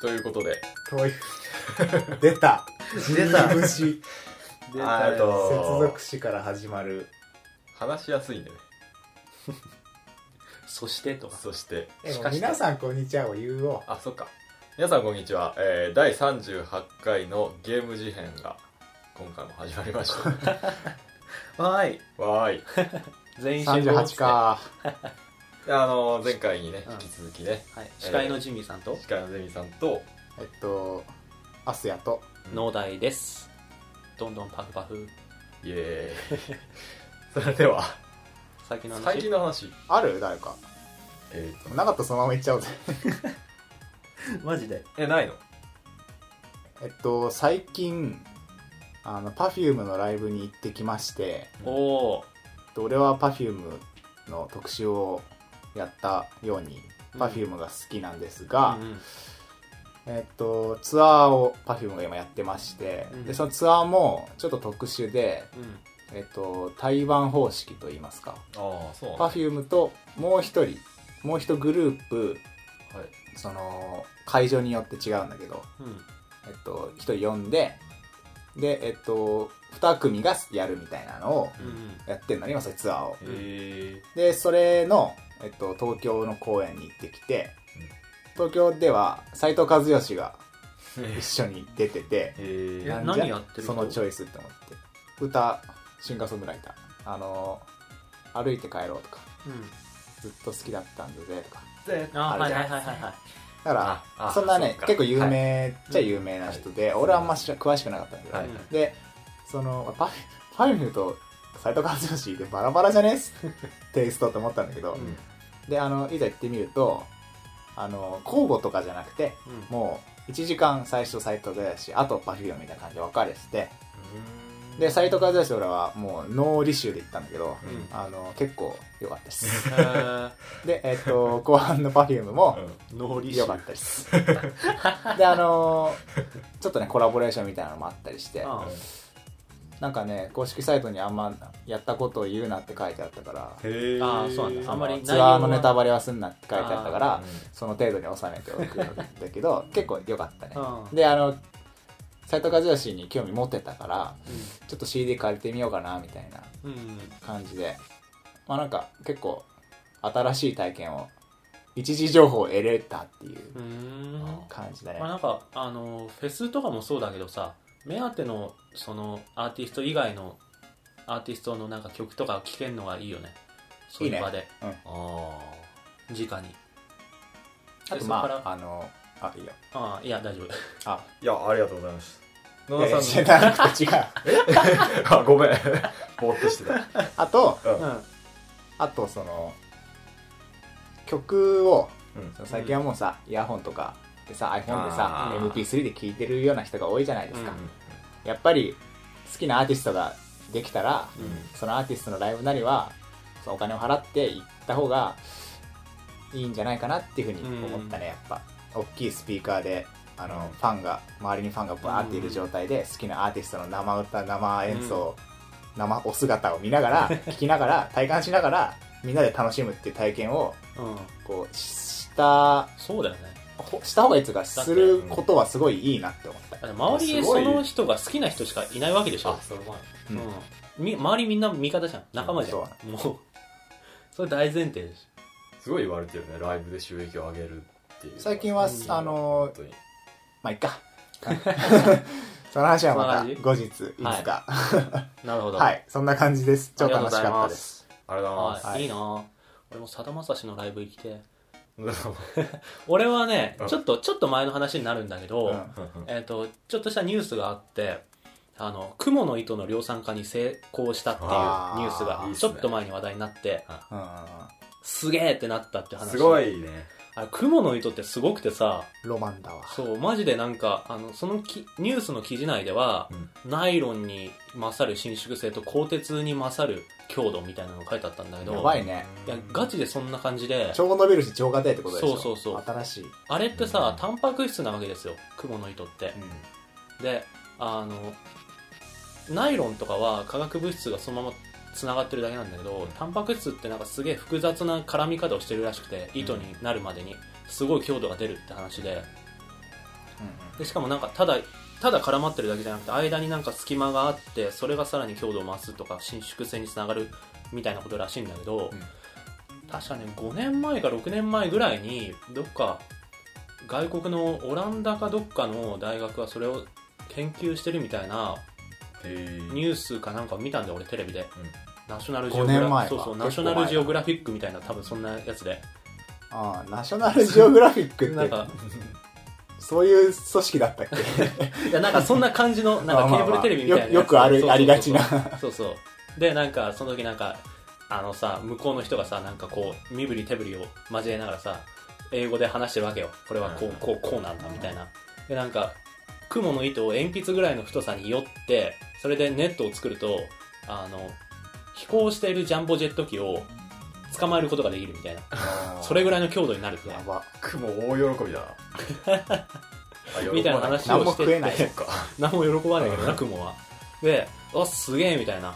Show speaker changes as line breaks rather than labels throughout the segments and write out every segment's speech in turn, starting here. ということで。
教育。出た。
出た
人節。
あーと
接続詞から始まる。
話しやすいんでね。
そしてとか。
そして、
で
し
も
かし
皆さんこんにちはを言おう。
あ、そっか。皆さんこんにちは。えー、第38回のゲーム事変が今回も始まりました。
わーい。
わーい。
全員集合
38。か。
あのー前回にね
うん、
引き続きね、
はい。司会のジミーさんと、
司会のゼミさんと、
えっと、アスヤと。
農大です。どんどんパフパフ。
イエーイ。それでは、
最近の話。
最近の話。
ある誰か。
えーと
なかったらそのまま言っちゃおうぜ。
マジで。
え、ないの
えっと、最近、あの、Perfume のライブに行ってきまして、
おお
えっと俺は Perfume の特集をやったように、
うん
Perfume が好きなんです
ー。
が、
うんうん
えっと、ツアーを Perfume が今やってまして、
うん
で、そのツアーもちょっと特殊で、
うん。
えっと、台湾方式といいますか、
ああ、そうなんだ。
Perfume ともう一人、もう一グループ、
はい。
その、会場によって違うんだけど、
うん。
えっと、一人呼んで、で、えっと、二組がやるみたいなのを
うん。
やってんのね、今それツアーを。
へー
で、それの、えっと、東京の公演に行ってきて、東京では斎藤和義が一緒に出てて、
へー
いや
なんじゃ
何やってる
そ
人
のチョイスって思って。歌、シンガーソングライター。あの、歩いて帰ろうとか、
うん。
ずっと好きだったんでぜとか。
で
あー、
あ
は
る
い
じゃん
はいはいはいはい。
だから、
ああ
そんな
そ
ね
うか
結構有名っちゃ有名な人で、俺はあんまし詳しくなかったんだけど、
はい
はい
でそのパパフュームと斎藤和義でバラバラじゃね えテイストって思ったんだけど、
うん
であのいざ行ってみるとあの交互とかじゃなくて
うん。
もう1時間最初斎藤和義あとパフュームみたいな感じで分かれててで斎藤和義と俺はもうノー履修で行ったんだけど、
うん
あの結構良かったです
えー
でえっと後半のパフュームも、
うん
ノーリッシ
良
ュ
かったですであのーちょっとねコラボレーションみたいなのもあったりして
あ
なんかね公式サイトにあんまやったことを言うなって書いてあったから
へー
あーそうなんだ
その
あんまり内容
ツア
は
ーのネタバレはすんなって書いてあったか
う
ら
ん
その程度に収めておくんだけど 結構良かったね
あ。
であの斎藤和義に興味持ってたから
う。
ちょっと CD 借りてみようかなみたいなん
うん。
感じでまあなんか結構新しい体験を一時情報を得れたっていう
うーん。ま
感じだね
あなんか、あの、フェスとかもそうだけどさ、目当ての、その、アーティスト以外の、アーティストのなんか曲とか聴けるのがいいよね。そういう場で、
あ
直に。
あと
で
ま
そこか
あ、あの、あ、いいよ。
ああ、いや、大丈夫。
あ、
ーいやありがとうございます
い
野
やい
田
や
さん
じゃなくて違う。
のあごめん ぼーっとしてた
あと、
うん
うん。
あとその、曲を、
うん
その最近はもうさ、イヤホンとかでさ、iPhone でさ
あ、
ー
MP3 で聴いてるような人が多いじゃないですか。
うん
やっぱり、好きなアーティストができたら、
うん
そのアーティストのライブなりは、そのお金を払って行った方がいいんじゃないかなっていうふうに思ったね、やっぱ。大きいスピーカーで、あの、
うん
ファンが、周りにファンがバーっている状態で、好きなアーティストの生歌、生演奏、生お姿を見なが ら、聞きながら、体感しながら、みんなで楽しむっていう体験を、
うん。
こう、しした、
そうだよね。
ほした方がいいっていうか、することはすごいいいなって思った。
だって周り
あ
です
ご
そ
い
の人が好きな人しかいないわけでしょ
あ。それ前
うん
うん。み周りみんな味方じゃん。仲間じゃん。
うん
もう、 それ大前提です。
すごい言われてるねライブで収益を上げるっていう
最近は
う、ん
あの
本、当に
まあ、いっ か。 その話はまた
その話
後日、いつか。は
なるほ
い、
ど。
そんな感じです。超楽しかったです。
す。
ありがとうございます
は、
はいい
いいなぁ俺もさだまさしのライブ行きて。
野田さんも
俺はね
う、ん
ちょっと、ちょっと前の話になるんだけど、
うん
えっ、と、ちょっとしたニュースがあって、あの、雲の糸の量産化に成功したっていうニ
あー
ュースが
いいっ、す
ちょ
ね
っと前に話題になって、
うんうんうん
すげーってなったって話。
すご。いね
あれ、雲の糸ってすごくてさ、
ロマンだわ。
そう、マジでなんか、あの、そのきニュースの記事内では、ナイロンに勝る伸縮性と鋼鉄に勝る強度みたいなの書いてあったんだけど、
やばいね。
いや、ガチでそんな感じで、
超伸びるし、超硬いってことでしょ。
そうそうそう
新しい。
あれってさ、タンパク質なわけですよ、雲の糸って。で、あの、ナイロンとかは化学物質がそのまま繋がってるだけなんだけど、タンパク質ってなんかすげえ複雑な絡み方をしてるらしくて、糸になるまでに、すごい強度が出るって話で、でしかもなんかただただ絡まってるだけじゃなくて間になんか隙間があってそれがさらに強度を増すとか伸縮性につながるみたいなことらしいんだけど、
うん
確かね5年前か6年前ぐらいにどっか外国のオランダかどっかの大学がそれを研究してるみたいな
へー
ニュースかなんか見たんで俺テレビで、ナショナルジ
5
オグ
年前
ラ
か
そうそう
結構
ナショナルジオグラフィックみたいな多分そんな やつで
ああナショナルジオグラフィック
なん
って
か
そういう組織だったっけ
いやなんかそんな感じの なんかケーブルテレビみたいなや つ
よよくある
そうそうそう
ありがちな
そうそうでなんかその時なんかあのさ向こうの人がさなんかこう身振り手振りを交えながらさ英語で話してるわけよこれはこう
うん
こうこうなんだみたいなでなんか雲の糸を鉛筆ぐらいの太さによってそれでネットを作るとあの飛行しているジャンボジェット機を捕まえることができるみたいな それぐらいの強度になるって
やば
雲大 喜びだなあ
みたいな話
何
を
も
して
食え
て
ない
か
何も喜ばないけど
う
なん雲はであすげえみたいな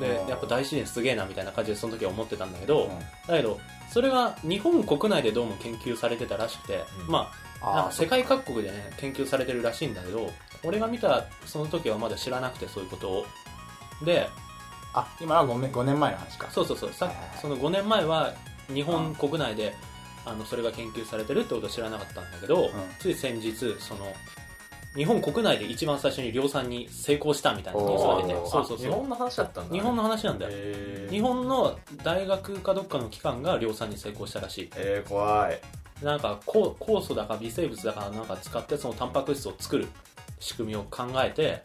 で
うん
やっぱ大自然すげえなみたいな感 じでその時は思ってたんだけど、
うん
だけどそれが日本国内でどうも研究されてたらしくて、
うん
まあなん
あ
か世界各国でね研究されてるらしいんだけど俺が見たその時はまだ知らなくてそういうことをで
ああ今は 5, 年5年前の話か
そうそうそうさ
はいはいはい
その5年前は日本国内であのそれが研究されてるってことは知らなかったんだけど、つい先日その日本国内で一番最初に量産に成功したみたいなニュースが出て
おー
そうそうそう
日本の話だったんだね
日本の話なんだよ
へー
日本の大学かどっかの機関が量産に成功したらしい
えー、怖い
なんかこう酵素だか微生物だかなんか使ってそのタンパク質を作る仕組みを考えて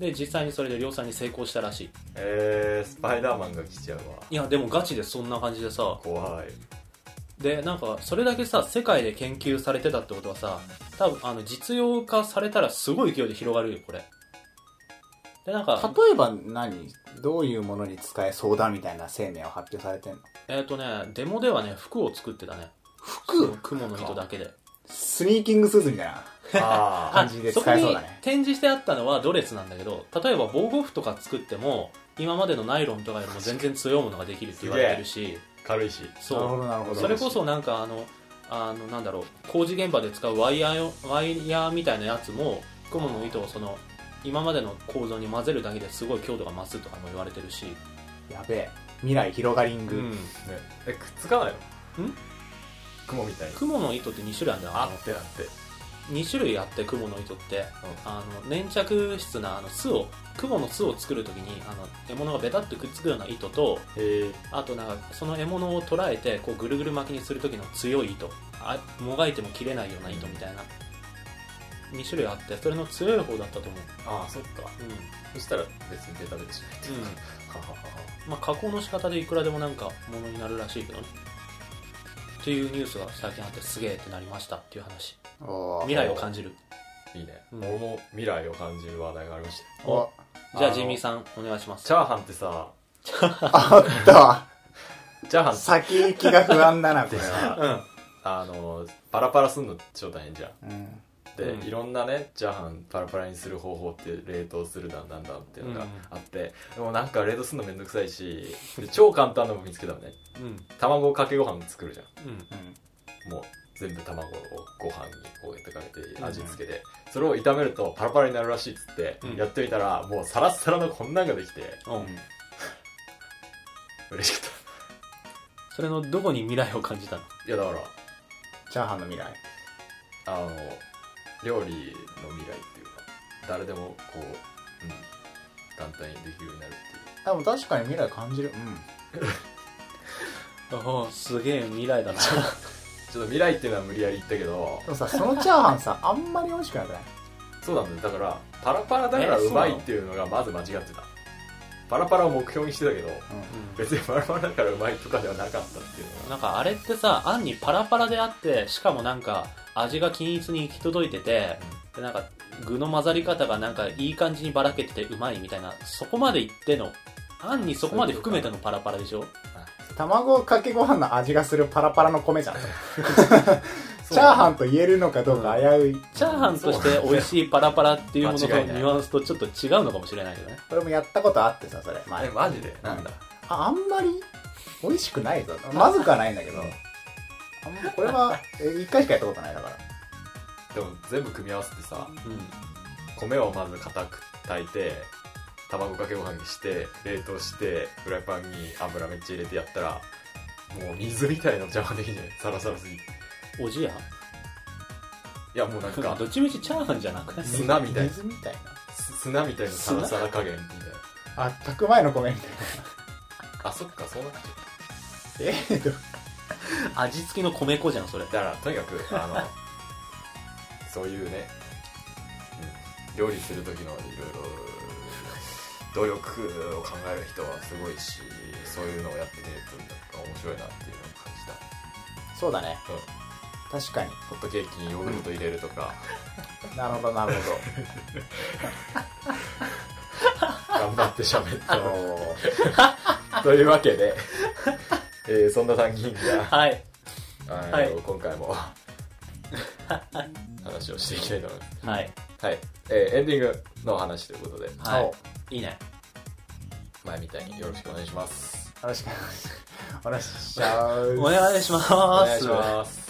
で実際にそれで量産に成功したらしい
えー、スパイダーマンが来ちゃうわ
いやでもガチでそんな感じでさ
怖 い
でなんかそれだけさ世界で研究されてたってことはさ多分あの実用化されたらすごい勢いで広がるよこれでなんか
例えば何どういうものに使えそうだみたいな生命を発表されてんの
えっ、とねデモではね服を作ってたね
服
雲の糸だけで
スニーキングスーツみたいな
あ
感じで使えそうだね
あこに展示してあったのはドレスなんだけど例えば防護服とか作っても今までのナイロンとかよりも全然強いものができるって言われてるし
ー軽いし
なるほ
そ
どなるほ
う
ど
それこそなんかあのあのなんだろう工事現場で使うワイヤーよワイヤーみたいなやつも雲の糸をその今までの構造に混ぜるだけですごい強度が増すとかも言われてるし、
やべえ未来広がりン
う
グ、
ん、
ねえくっつかないの
ん
雲みたいに
雲の糸って2種類あるんだよあ
あ
の
ってあって
2種類あって雲の糸って、あの粘着質なあの巣を雲の巣を作るときにあの獲物がベタっとくっつくような糸と
へえ
あとなんかその獲物を捕らえてこうぐるぐる巻きにするときの強い糸あもがいても切れないような糸みたいな2種類あってそれの強い方だったと思う、
ああそっか
う
そしたら別にベタベタしないっていうか、はははは
んまあ、加工の仕方でいくらでもなんかものになるらしいけどねっていうニュースが最近あってすげえってなりましたっていう話
おー
未来を感じる
いいね、
うん
俺も未来を感じる話題がありましたよ
お
じ
あ
ゃあ
の
ジミーさんお願いします
チャーハンってさ
あったわ
チャーハンって
先行きが不安だなこれは、
さあのパラパラすんの超大変じゃん
うん、
で、
うん
いろんなねチャーハンパラパラにする方法って冷凍するだなんだっていうのがあって、でもなんか冷凍するのめんどくさいしで超簡単なのも見つけたのね
うんうん
卵かけご飯作るじゃ
うん
うん
んもう全部卵をご飯にこうやってかけて味付けて、それを炒めるとパラパラになるらしいっつって、
うん
やってみたらもうサラッサラのこんなんができて
うん
嬉しかっ
それのどこに未来を感じたの
たいやだから
チャーハンの未来
あの料理の未来っていうか誰でもこう、うん、簡単にできるようになるっていう
でも確かに未来感じるうん
おおすげえ未来だな
ちょっと未来っていうのは無理やり言ったけど
でもさそのチャーハンさあんまり美味しくなくない
そうなんだよだからパラパラだから
えそううなの
まいっていうのがまず間違ってたパラパラを目標にしてたけど別にパラパラだからうまいとかではなかったっていうのが
なんかあれってさあんにパラパラであってしかもなんか味が均一に行き届いててでなんか具の混ざり方がなんかいい感じにばらけててうまいみたいなそこまでいってのあんにそこまで含めてのパラパラでしょ
卵かけご飯の味がするパラパラの米じゃんチャーハ
ン
ンと言えるのかどうか危うい、
チャーハンとして美味しいパラパラっていうものの
間違い
ニ
ない
ュアンスとちょっと違うのかもしれないけどね
俺もやったことあってさそれ前
えマジでなんだ
ああんまり美味しくないぞまずくはないんだけどあんまこれはえ一回しかやったことないだから
でも全部組み合わせてさ
う
米をまず固く炊いて卵かけご飯にして冷凍してフライパンに油めっちゃ入れてやったらもう水みたいなの邪魔できんじゃないサラサラすぎて
んおじや
いやもう なんか
どっちみちチャーハンじゃな くない
砂みたいな
水みたいな
す砂みたいなサラサラ加減みたいな
あ炊く前の米みたい
あそっかそうなっちゃう
なえっと
味付きの米粉じゃんそれ
だからとにかくあ のそういうね、うん、料理する時のいろいろ努力を考える人はすごいしそういうのをやってみるとなんか面白いなっていうのを感じた
そうだね、確かに
ホットケーキにヨーグルト入れると か
なるほどなるほど
頑張って喋 っ
あ
たの
の
というわけで、えーそんな参議院が、
はい
あの
はい
今回 も話をしていきたいと思います
はい
はい、えーエンディングの話ということで
はい
はいいいね
前みたいによろしくお願いします
よろしくお願いします
お願いします
お願いします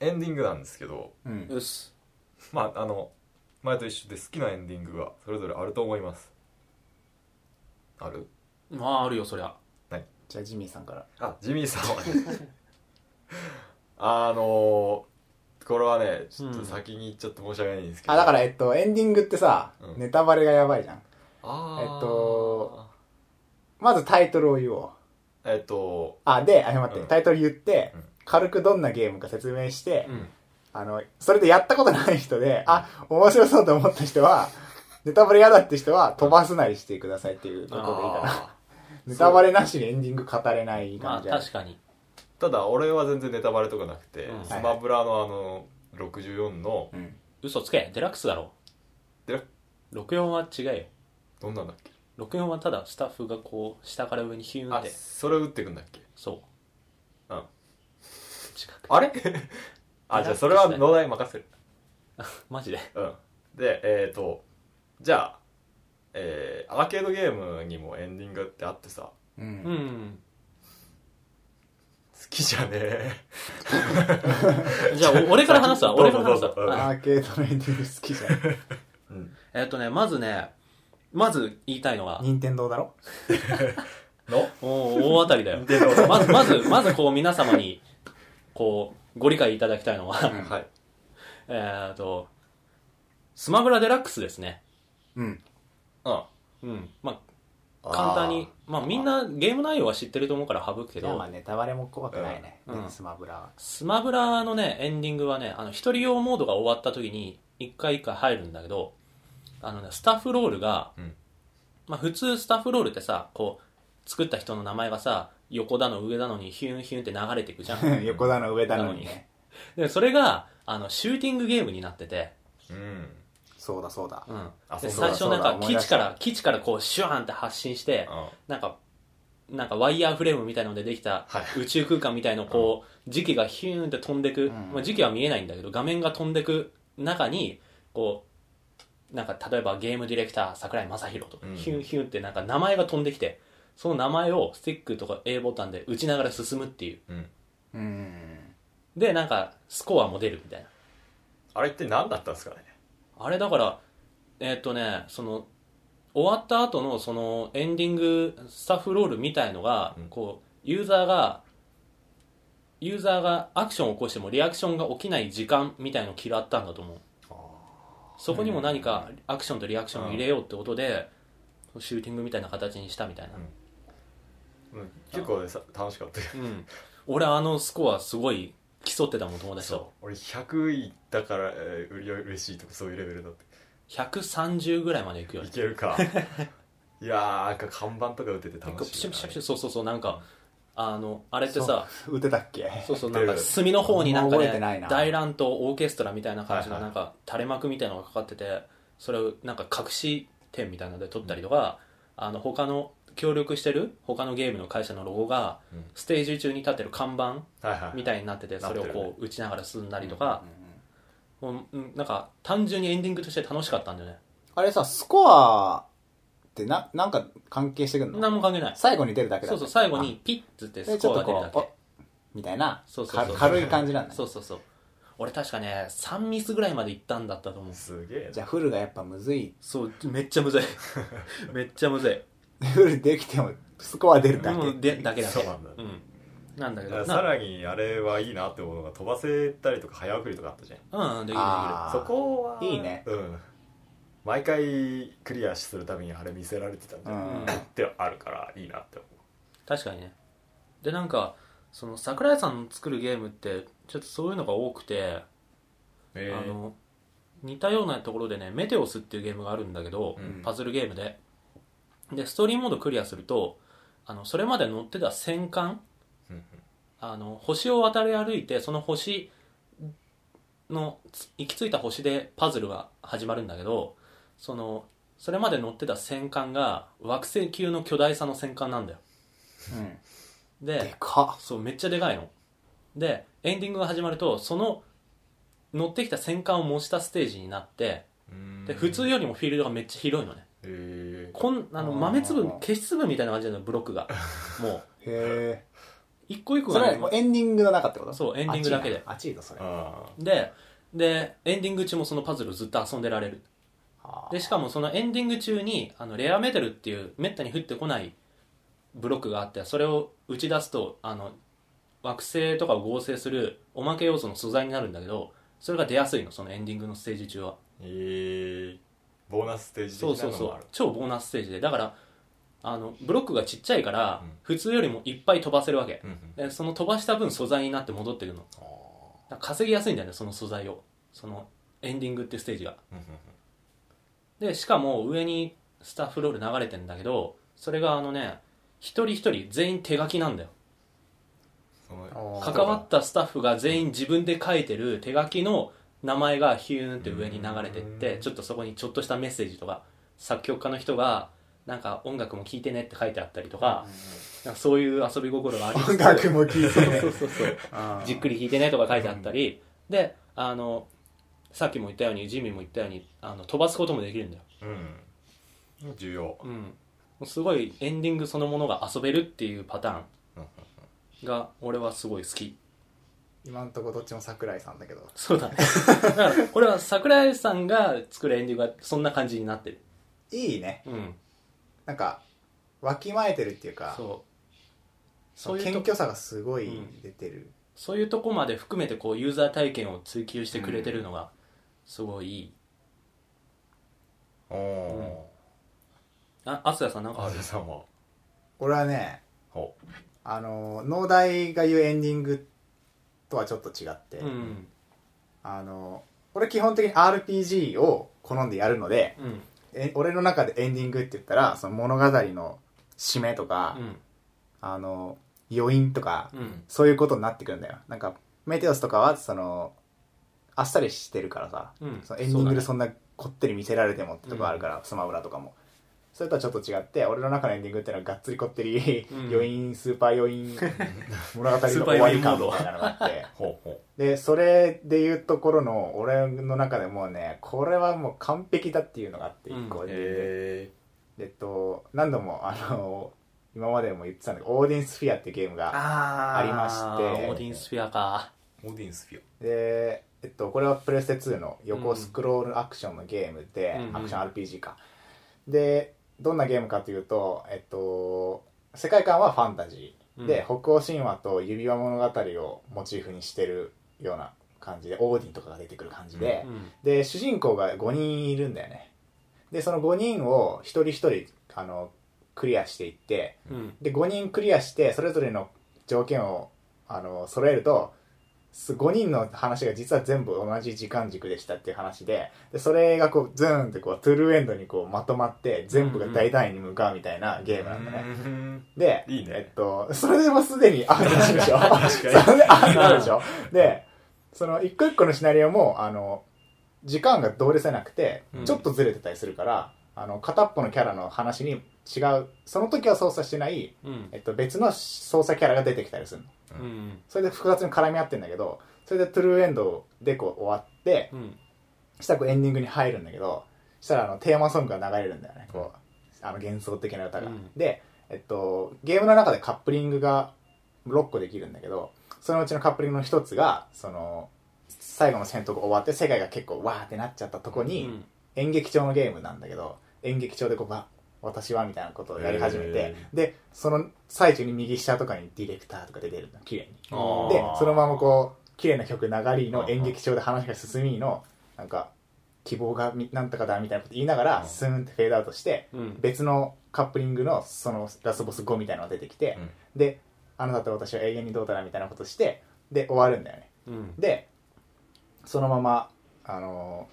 エンディングなんですけど
うん
うっす
まああの前と一緒で好きなエンディングがそれぞれあると思いますある
まああるよそりゃ
じゃあジミーさんから
あジミーさんはあのー、これはねちょっと先に言っちゃって申し訳ないんですけど、
あだからえっとエンディングってさ、
うん
ネタバレがやばいじゃん
あー
えっとまずタイトルを言おう
えっと
あであ待って、
うん
タイトル言って、
うん
軽くどんなゲームか説明して、
うん
あのそれでやったことない人であ面白そうと思った人はネタバレ嫌だって人は飛ばすなりしてくださいっていうところでいいかな
あ
ネタバレなしにエンディング語れない
ま
感
あ
じだね
確かに
ーただ俺は全然ネタバレとかなくて、
うん
スマブラのあの64の
うん
嘘つけデラックスだろ
デラ
64は違うよ
どんなんだっけ
64はただスタッフがこう下から上にヒューン
あ
って
それ打ってくんだっけ
そう
うん
近く
あれ あじゃあそれは農大任せる
マジで
うんでえっ、ー、とじゃあえー、アーケードゲームにもエンディングってあってさ好
う
うんん
きじゃねえ
じゃあお俺から話すわ
どう
俺
ぞ
から話す
どうぞうん
わ
ア
はい
ーケードのエンディング好きじゃん
うん
えっとねまずねまず言いたいのが
任天堂だろ
の
おー大当たりだよまずまずまずこう皆様にこうご理解いただきたいのは
うん
はい
えっとスマブラデラックスですね
うん
うん
うんまあ簡単にまあみんなゲーム内容は知ってると思うから省くけ
いやまあ
ど
ネタバレも怖くないね、
うん
スマブラは
スマブラのねエンディングはねあの一人用モードが終わった時に一回一回入るんだけどあのねスタッフロールが、
うん
まあ普通スタッフロールってさこう作った人の名前がさ横だの上だのにヒュンヒュンって流れていくじゃ ん
横だの上だのにね
でそれがあのシューティングゲームになってて、
うん
そうだそうだ
うん、
あ
で
そうだ
最初
そうだ
なんか
思い
基
出
地
した
から基地からこうシュワンって発信してなんかなんかワイヤーフレームみたいのでできた
はい
宇宙空間みたいのこう磁気がヒューンって飛んでく、まあ、磁気は見えないんだけど画面が飛んでく中にこうなんか例えばゲームディレクター桜井正宏とか
うん
ヒュンヒュンってなんか名前が飛んできてその名前をスティックとか A ボタンで打ちながら進むっていう
うん
うん
でなんかスコアも出るみたいな
あれって何だったんですかね
あれだからえーっ、とねその終わった後のそのエンディングスタッフロールみたいのが、
うん
こうユーザーがユーザーがアクションを起こしてもリアクションが起きない時間みたいのを嫌ったんだと思うそこにも何かアクションとリアクションを入れようってことで、シューティングみたいな形にしたみたいな、
うん結構ねさ楽しかったよ
うん俺あのスコアすごい競ってたもん友達と
俺100位だからえーうり嬉しいとかそういうレベルだって
130ぐらいまでいくよ
いける かいやーなんか看板とか打てて楽
ピシ
し
ュ
い
ピシュピ
な
シュそうそうそうなんかあのあれって
そ
さ
う打てたっけ
そうそう
出
なん
る
か隅の方になんか
あんま覚えてない
ね
な
大乱闘オーケストラみたいな感じの
はい
な
は
ん
い
か垂れ幕みたいなのがかかっててそれをなんか隠し点みたいなので撮ったりとか、あの他の協力してる他のゲームの会社のロゴが
うん
ステージ中に立ってる看板
はいはい
みたいになってて
なっ
そ
て
れ
る
を
ね
こう打ちながら進んだりとか、
うん
もううんなんか単純にエンディングとして楽しかったんだよね
あれさ、スコアってな、なんか関係してくんの
何も関係ない
最後に出るだけだ
そうそう最後にピッつって
あ
ス
でちょ
コ
っ
ア
と
が出るだ
こう、
け
おみたいな
そうそうそう
か軽い感じなんだ、
そうそうそう俺確かね3ミスぐらいまでいったんだったと思う
すげえ
じ
な
ゃあフルがやっぱむずい。
そうめっちゃ むずいめっちゃむずい
フルできてもスコア出るだけ。
もうでだけだけ
そうなんだ
うん、なんだけ
だから
どな
さらにあれはいいなって思うのが飛ばせたりとか早送りとかあったじゃん
うんうんできるできる
あー
そこはい
いね
うん毎回クリアするためにあれ見せられてたんじ
う
ゃんっ
ん。
てあるからいいなって思
確かにねでなんかその桜井さんの作るゲームってちょっとそういうのが多くて、
うへえ
あの似たようなところでね「メテオス」っていうゲームがあるんだけど、
うん
パズルゲームででストーリーモードクリアするとあのそれまで乗ってた戦艦
うんうん
あの星を渡り歩いてその星のつ行き着いた星でパズルが始まるんだけどそのそれまで乗ってた戦艦が惑星級の巨大さの戦艦なんだよ
うん
で
でか
そうめっちゃでかいのでエンディングが始まるとその乗ってきた戦艦を模したステージになって
うん
で普通よりもフィールドがめっちゃ広いのね
へえ
こんあ
あ
の
ー
豆粒消し粒みたいな感じなのブロックがも
っへ
う一個一
え
個
そ
が
れ
ね
はもうエンディングの中ってこと
そうエンディングだけで
あっちいなあっちいなそれ
ああ
ででエンディング中もそのパズルずっと遊んでられる
あー
でしかもそのエンディング中にあのレアメタルっていうめったに降ってこないブロックがあってそれを打ち出すとあの惑星とかを合成するおまけ要素の素材になるんだけどそれが出やすいのそのエンディングのステージ中は
ええボーナスステージ
そう
的
そ
な
う
の
そ
もあ
う
る
超ボーナスステージでだからあのブロックがちっちゃいから、
うん
普通よりもいっぱい飛ばせるわけ、
うんうん
でその飛ばした分素材になって戻ってくるのだ
あ
から稼ぎやすいんだよねその素材をそのエンディングってステージが
ーうんうんうん
でしかも上にスタッフロール流れてんだけどそれがあのね一人一人全員手書きなんだよ
その
あー
関わったスタッフが全員自分で書いてる手書きの名前がヒューンって上に流れてっ
う
て
ん
ちょっとそこにちょっとしたメッセージとか作曲家の人がなんか音楽も聴いてねって書いてあったりとかなんかそういう遊び心がありつつ
音楽も聴いてね
そうそうそう
あー
じっくり弾いてねとか書いてあったり、であのさっきも言ったようにジミーも言ったようにあの飛ばすこともできるんだよ、
うん重要
うん、もうすごいエンディングそのものが遊べるっていうパターンが俺はすごい好き
今んとこどっちも桜井さんだけど
そう だねだからこれは桜井さんが作るエンディングがそんな感じになってる
いいね
うん
なんかわきまえてるっていうか
そう
そ
そう
の
いう
謙
とこ
虚さがすごい
うん
出てる、
そういうとこまで含めてこうユーザー体験を追求してくれてるのがすごいいい、
おお
ああすやさんなんかあ
安
る
部さんは
俺はね
ほ
あの農大が言うエンディングとはちょっと違って、
うん
あの俺基本的に RPG を好んでやるので
うん
え俺の中でエンディングって言ったらその物語の締めとか、
うん
あの余韻とか、
うん
そういうことになってくるんだよなんかメテオスとかはそのあっさりしてるからさ、
うん
そのエンディン
そうだ
グ
ね
でそんなこってり見せられてもってとこあるから、スマブラとかもそれとはちょっと違って俺の中のエンディングっていうのはがっつりこってり、
うん
余韻スーパー余 韻物語の
ス
終
ーパー
わ
余
り
韻モー
感
ド
みたいなのがあって
うほうほ
でそれでいうところの俺の中でもうねこれはもう完璧だっていうのがあって
うん
一個
う
エンディング
へ
えっと何度もあの今までも言ってたんだけどオーディエンスフィアっていうゲームが
あ
ありまして
ーオーディンスフィアか
えオーディエンスフィ
で、えっと、これはプレステ2の横スクロールアクションのゲームで、
うん
アクション RPG かでどんなゲームかというとえっと世界観はファンタジーで、北欧神話と指輪物語をモチーフにしてるような感じでオーディンとかが出てくる感じで、
うん
で主人公が5人いるんだよねでその5人を一人一人あのクリアしていって
うん
で5人クリアしてそれぞれの条件をあの揃えると5人の話が実は全部同じ時間軸でしたっていう話ででそれがこうズーンってこうトゥルーエンドにこうまとまって全部が大単位に向かうみたいなゲームなんだね、
ね
で
いいね
えっと、それでもすでにアートになるでしょ
確かに
それでアートになるでしょで、その一個一個のシナリオも、あの、時間が同列じゃなくて
うん、
ちょっとずれてたりするから、あの、片っぽのキャラの話に違う、その時は操作してない、
うん
えっと、別の操作キャラが出てきたりするの。
うん
それで複雑に絡み合ってんだけど、そそれでトゥルーエンドでこう終わって
うん
したらこうエンディングに入るんだけどしたらあのテーマソングが流れるんだよねこうあの幻想的な歌が、
うん
で、えっと、ゲームの中でカップリングが6個できるんだけどそのうちのカップリングの一つがその最後の戦闘が終わって世界が結構わーってなっちゃったとこに、
うん
演劇調のゲームなんだけど演劇調でこうば私はみたいなことをやり始めて、でその最中に右下とかにディレクターとかで出るの綺麗に
あー
でそのままこう綺麗な曲流りの演劇調で話が進みのなんか希望がみなんとかだみたいなこと言いなが
う
ら
ん
スーンってフェードアウトして
うん
別のカップリングのそのラスボス5みたいなのが出てきて、
うん
であなたと私は永遠にどうだなみたいなことしてで終わるんだよね
うん
でそのままあの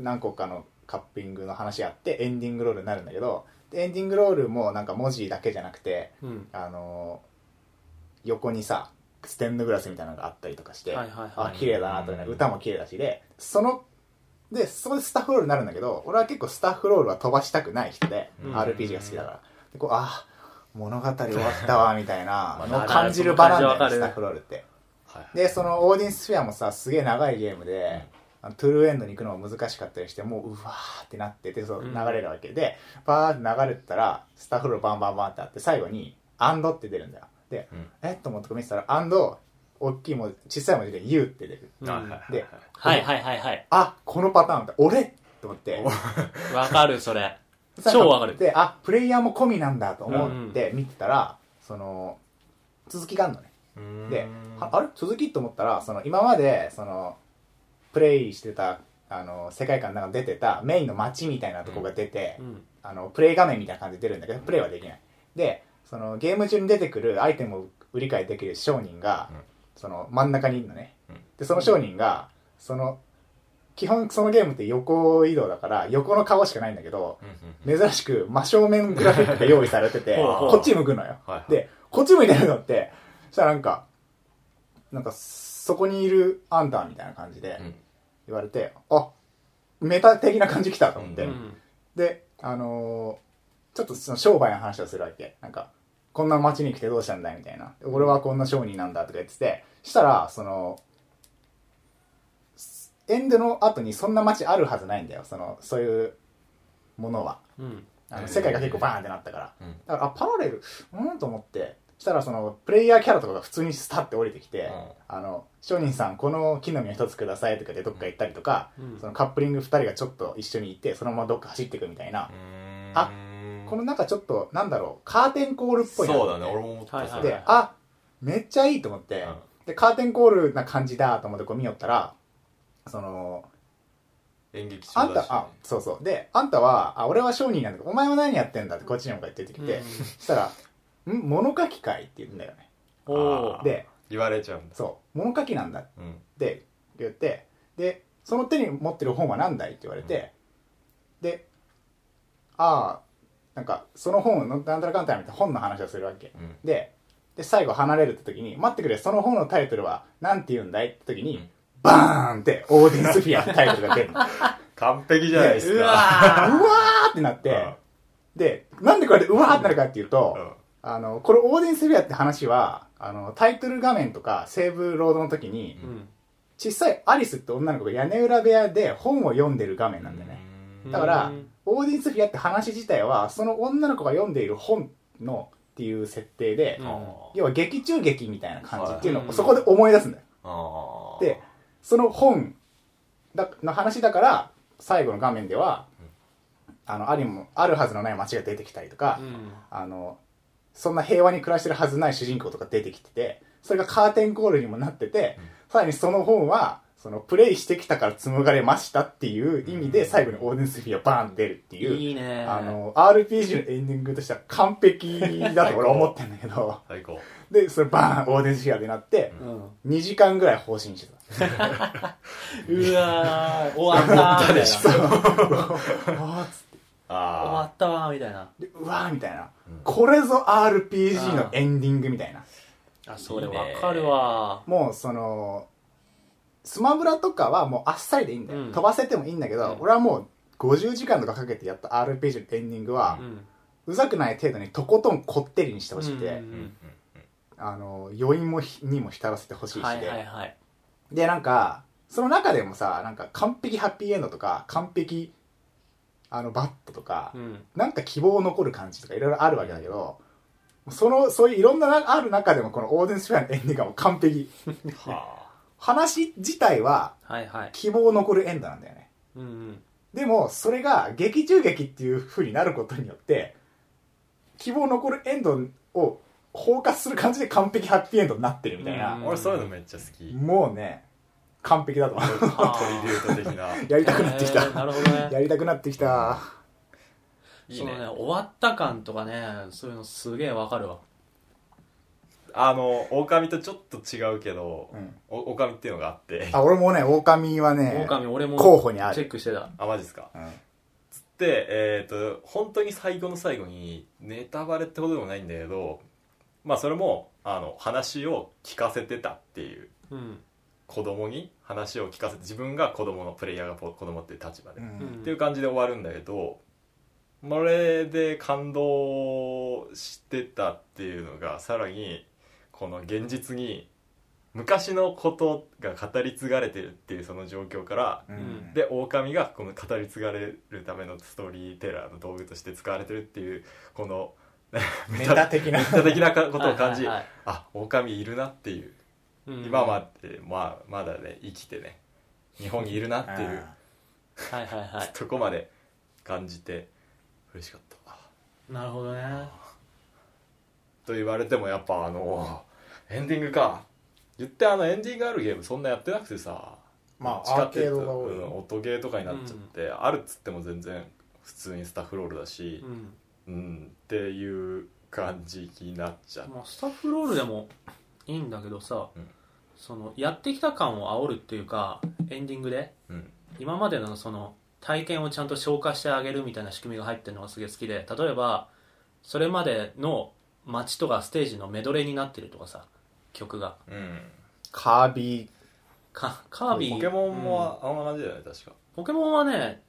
ー何個かのカッピングの話があってエンディングロールになるんだけどでエンディングロールもなんか文字だけじゃなくて
うん
あのー横にさステンドグラスみたいなのがあったりとかして、
はいはいは
あ
い
綺麗だなとね
うん
歌も綺麗だしでそのでそこでスタッフロールになるんだけど俺は結構スタッフロールは飛ばしたくない人で、
うん
RPG が好きだからでこうあー物語終わったわみたいな
まあ
のを感じる場なんだよ
わか
ね
る
スタッフロールって
はい
でそのオーディエンスフェアもさすげえ長いゲームで、あのトゥルーエンドに行くのが難しかったりしてもううわーってなっててそう
うん
流れるわけで、バーって流れてたらスタッフロールバンバンバンってあって最後に「アンド」って出るんだよで、
うん
えっと思ってこう見てたら「アンド」大きい文字小さい文字で「U」って出る
うん
はいはい
は
はい
で
いはいはいはい
あこのパターンだ俺と思 って
わかるそれ超わかる
であプレイヤーも込みなんだと思って見てたら、その続きがあるのね
うん
で、はあれ続きと思ったらその今までそのプレイしてたあの世界観の中に出てたメインの街みたいなとこが出て、
うん
あのプレイ画面みたいな感じで出るんだけどプレイはできないでそのゲーム中に出てくるアイテムを売り買いできる商人が、
うん
その真ん中にいるのね、
うん
でその商人がその基本そのゲームって横移動だから横の顔しかないんだけど
うんうん
珍しく真正面グラフィックが用意されてて
ほうほう
こっち向くのよ
はい
で、こっち向いてるのって、そしたらなんか、なんか、そこにいるアンダーみたいな感じで
うん
言われて、あ、メタ的な感じ来たと思って。
う
で、あのーちょっとその商売の話をするわけ。なんか、こんな街に来てどうしたんだいみたいな。俺はこんな商人なんだとか言ってて、したら、その、エンドの後にそんな街あるはずないんだよ。その、そういうものは。
うん
あ
え
の
ー
世界が結構バーンってなったから。
うん
だからあパラレルうーんと思ってしたらそのプレイヤーキャラとかが普通にスタッて降りてきて「
うん
あの商人さんこの木の実を一つください」とかでどっか行ったりとか、
うん
そのカップリング2人がちょっと一緒にいてそのままどっか走っていくみたいな
う、ーん
あこのなんかちょっとなんだろうカーテンコールっぽいな
そうだね俺も思ったそ
はい
れ
であめっちゃいいと思って、
うん
でカーテンコールな感じだと思ってこう見よったらその
演劇
あ
中
んた
だし
あそうそうであんたはあ俺は商人なんだけどお前は何やってんだってこっちにもか言ってきて、そしたら「ん物書き会」って言うんだよね
おお
あ
ー
で
言われちゃうんだ
そう物書きなんだっ
うん
て言ってでその手に持ってる本は何だいって言われて、でああなんかその本のなんたらかんたらみたいな本の話をするわけ
うん
でで最後離れるって時に「待ってくれその本のタイトルは何て言うんだい?」って時に、
うん
バーンってオーディエンスフィアのタイトル が出るのうわ
完璧じゃないです
う
か
わ
ーってなって、
うん
でなんでこれでうわーってなるかっていうと、
うん
あの、これ、オーデンスフェアって話は、あの、タイトル画面とか、セーブロードの時に
ー、うん
小さいアリスって女の子が屋根裏部屋で本を読んでる画面なんだよね。だから
うん
オーデンスフェアって話自体は、その女の子が読んでいる本のっていう設定で、
うん
要は劇中劇みたいな感じっていうの
は
を
い
そこで思い出すんだよ。
あー
で、その本だの話だから、最後の画面では、あの、ありも、あるはずのない街が出てきたりとか、
うん
あの、そんな平和に暮らしてるはずない主人公とか出てきてて、それがカーテンコールにもなってて、さらにその本は、そのプレイしてきたから紡がれましたっていう意味で、最後にオーデンスフィアバーンって出るっていう、
いいね
あの、RPG のエンディングとしては完璧だと俺は思ってんだけど、
最高
で、それバーンオーデンスフィアでなって、
うん
2時間ぐらい放心してた。
うわー終わったーみたいな終
あーっつって
わ
あ
ったわーみたいな
でうわーみたいな
うん。
これぞ RPG のエンディングみたいな。
あそれわかるわ
もうそのスマブラとかはもうあっさりでいいんだよ、
うん
飛ばせてもいいんだけど、
うん
俺はもう50時間とかかけてやった RPG のエンディングは
う、ん
うざくない程度にとことんこってりにしてほしくて、
うん
ーうんうん
あの余韻もひにも浸らせてほしいし
はい
で、
はいはい
で、なんか、その中でもさ、なんか完璧ハッピーエンドとか、完璧、あの、バットとか
う、ん
なんか希望残る感じとかいろいろあるわけだけど、その、そういういろんななある中でもこのオーデンスフェアのエンディングはもう完璧。
は
話自体は
はいはい
希望残るエンドなんだよね。
うんうん
でも、それが劇中劇っていう風になることによって、希望残るエンドを包括する感じで完璧ハッピーエンドになってるみたい
あ
な。
俺そういうのめっちゃ好 き
もうね、完璧だと思う。
トリビュート的な
やりたくなってきた
え。ーなるほどね
やりたくなってきた。
いい
その
ね
ね終わった感とかねそういうのすげえわかるわ
あの狼とちょっと違うけど、
うん。
お狼っていうのがあって
あ、俺もね、狼はね、
狼俺も
候補にあ
チェ
る。
ックしてた
あマジですか
うん
でえっ、と本当に最後の最後にネタバレってほどでもないんだけどまあそれもあの話を聞かせてたっていう
うん
子供に話を聞かせて自分が子供のプレイヤーが子供っていう立場で、
う
っ
ん
ていう感じで終わるんだけどそれで感動してたっていうのがさらにこの現実に昔のことが語り継がれてるっていうその状況から
う
うん
ん。
で狼がこの語り継がれるためのストーリーテラーの道具として使われてるっていうこの
メタ的な。
メタ的なかことを感じ、
はいはいはい
あ狼いるなっていう、
うん
今まで、まあ、まだね生きてね日本にいる なっていう
はいはいはい
とこまで感じて嬉しかった
なるほどね
と言われてもやっぱあのエンディングか言ってあのエンディングあるゲームそんなやってなくてさ
ま
どっ
あ、
ち
ア
か
ー
ってい
ケー
うと
ドが多い。
うん音ゲーとかになっちゃって、あるっつっても全然普通にスタッフロールだし
う、ん
うんっていう感じになっちゃう、
まあスタッフロールでもいいんだけどさ
うん
そのやってきた感を煽るっていうかエンディングで
うん
今までのその体験をちゃんと消化してあげるみたいな仕組みが入ってるのがすげえ好きで例えばそれまでの街とかステージのメドレーになってるとかさ曲が
うん、
カービィ。
かカービィ
ポケモンもあんな感じだよね確か
うんポケモンはね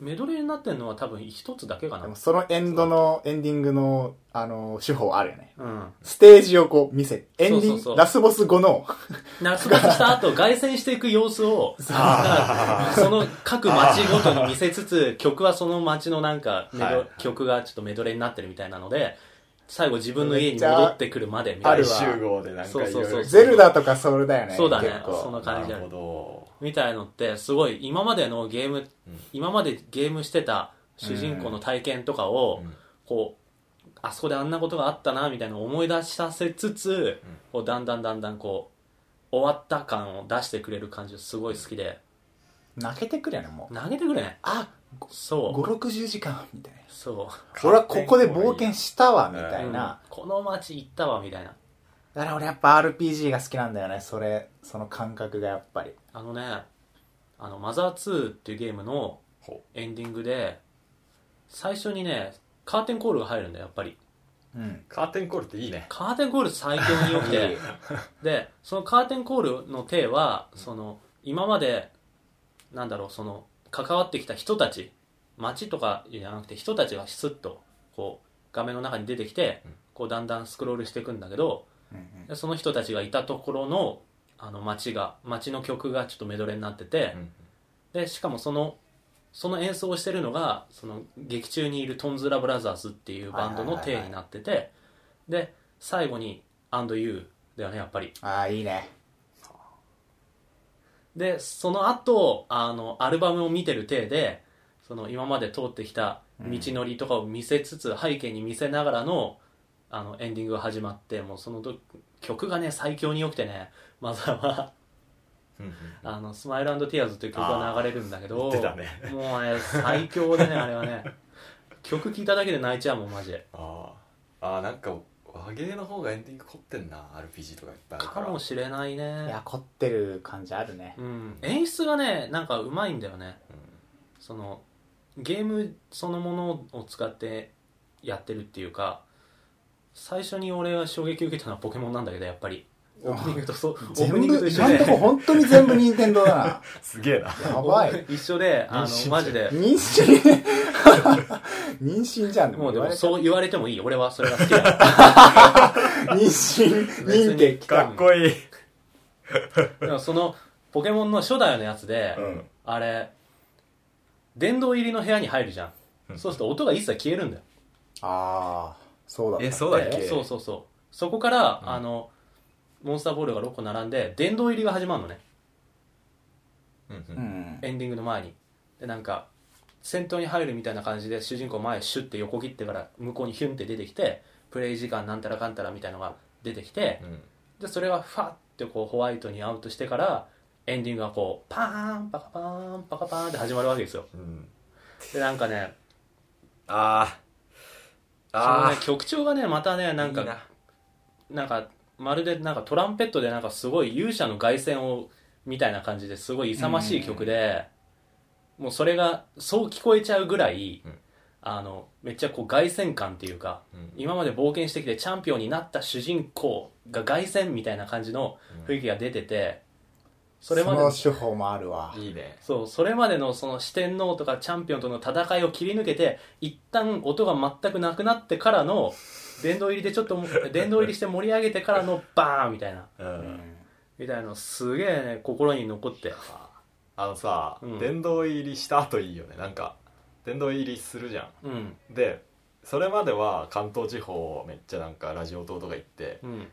メドレーになってるのは多分一つだけか
で
な
もそのエンドの、エンディングの、あの、手法あるよね。
うん
ステージをこう見せ、エンディング、
そうそうそう
ラスボス後の、
ラスボスした後、凱旋していく様子を、だからその各街ごとに見せつつ、曲はその街のなんかメド、
はいはい
曲がちょっとメドレーになってるみたいなので、最後自分の家に戻ってくるまでみた
あ
い
る
大
わ
な。
集合でなんかい
そう
ろ
そ
いうろ
そう
ゼルダとかそれだよね。
そうだね
結
その
構。
感じ
な
あ
る
る
ほど
みたいのって、すごい今までのゲーム、
うん
今までゲームしてた主人公の体験とかを、
うん
こう、あそこであんなことがあったな、みたいなのを思い出させつつ、
うん
こうだんだんだんだんこう、終わった感を出してくれる感じがすごい好きで、
泣けてくるよね、もう。
投げてくれね。
あ、
そう。
5、60時間、みたいな。
そう
俺はここで冒険したわ、みた
う
い
ん
な。
この街行ったわみたいな
だから俺やっぱ RPG が好きなんだよね、それ、その感覚がやっぱり。
あのねあのマザー2っていうゲームの
ほ
エンディングで最初にねカーテンコールが入るんだよやっぱり
うん。
カーテンコールっていいね
カーテンコール最強に良くて でそのカーテンコールの体はその今までなんだろうその関わってきた人たち街とかじゃなくて人たちがスッとこう画面の中に出てきて
うん
こうだんだんスクロールしていくんだけど
うんうん
でその人たちがいたところのあの街が街の曲がちょっとメドレーになってて、
うん
でしかもそのその演奏をしてるのがその劇中にいるトンズラブラザーズっていうバンドの
はいはいはい
体
はい
になってて、で最後に「&You」だよねやっぱり
ああ、いいね。
でその後あのアルバムを見てる体でその今まで通ってきた道のりとかを見せつつ、背景に見せながらのあのエンディングが始まってもうそのど曲がね最強に良くてねまずは
うんうん
あの、スマイルティアーズという曲が流れるんだけど、
言ってたね
もうね、最強でね、あれはね、曲聴いただけで泣いちゃうもん、マジで。
あーあーなんか和芸の方がエンディング凝ってんな RPG とかいっぱいあるか
からもしれない
い
ね
や、。凝ってる感じあるね。
うん。演出がね、なんかうまいんだよね。
う
その、ゲームそのものを使ってやってるっていうか、最初に俺が衝撃受けたのはポケモンなんだけど、やっぱり。オープニングとそう、オー
全
プ
部、
ニングと一緒
今んとこ
で。
本当に全部任天堂だ
んすげえ な
な。やばい。
一緒で、あ
妊娠
の、マジで。
妊娠 妊娠じゃん。
もう
言
で
われ
も
た
そう言われてもいい。俺はそれが好きだ。
妊娠認定き
か
た
っ。こいい
でもそのポケモンの初代のやつで、
うん
あれ殿堂入りの部屋に入るじゃん、
うん
そうすると音が一切消えるんだよ
ああそうだった
えそうだっけ
でそうそうそうそこから、
うん
あのモンスターボールが6個並んで殿堂入りが始まるのね
うんう
うんん
エンディングの前にでなんか戦闘に入るみたいな感じで主人公前シュッて横切ってから向こうにヒュンって出てきてプレイ時間なんたらかんたらみたいのが出てきて
うん
でそれがファッてこうホワイトにアウトしてからエンディングがこうパーンパカパーンパカパーンって始まるわけですよ
うん
でなんかね
ああ
その
あ
ね
ー
曲調がねまたねなんか
いい
なんかまるでなんかトランペットでなんかすごい勇者の凱旋をみたいな感じですごい勇ましい曲で、もうそれがそう聞こえちゃうぐらい、
うん
あのめっちゃこう凱旋感っていうか
うん
今まで冒険してきてチャンピオンになった主人公が凱旋みたいな感じの雰囲気が出てて、そ
そ
れまで
の手法もあるわ
いいね
そうそれまでのその四天王とかチャンピオンとの戦いを切り抜けて一旦音が全くなくなってからの殿堂入りでちょっとも 殿堂入りして盛り上げてからのバーンみたいな
う
うん ん
みたいなのすげえね心に残って
あのさ
うん
殿堂入りした後いいよねなんか殿堂入りするじゃ
うん
んでそれまでは関東地方めっちゃなんかラジオ塔とか行って
うん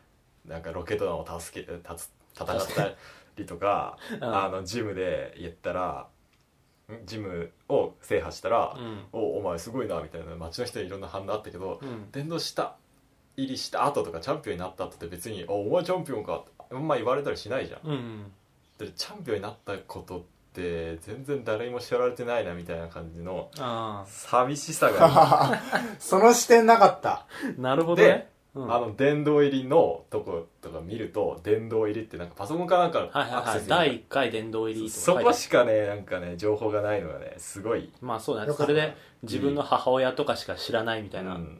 なんかロケット弾を助けたつ戦ったりとかあのジムで言ったらんジムを制覇したら
うん
「おお前すごいな」みたいな街の人にいろんな反応あったけど
うん
殿堂した入りした後とかチャンピオンになった後って別に「おお前チャンピオンか」ってあんま言われたりしないじゃん。
うん
でチャンピオンになったことって全然誰にも知られてないなみたいな感じの
あ
寂しさ が
その視点なかった
あなるほどね
で
うん
あの殿堂入りのとことか見ると殿堂入りってなんかパソコンかなんかの
はいはいはい
に
第1回殿堂入りと
そ
か書いてあ
こ
る
しかねなんかね情報がないのがねすごい
まあそうだね
よか
そ
った
れで自分の母親とかしか知らないみたいな、
うん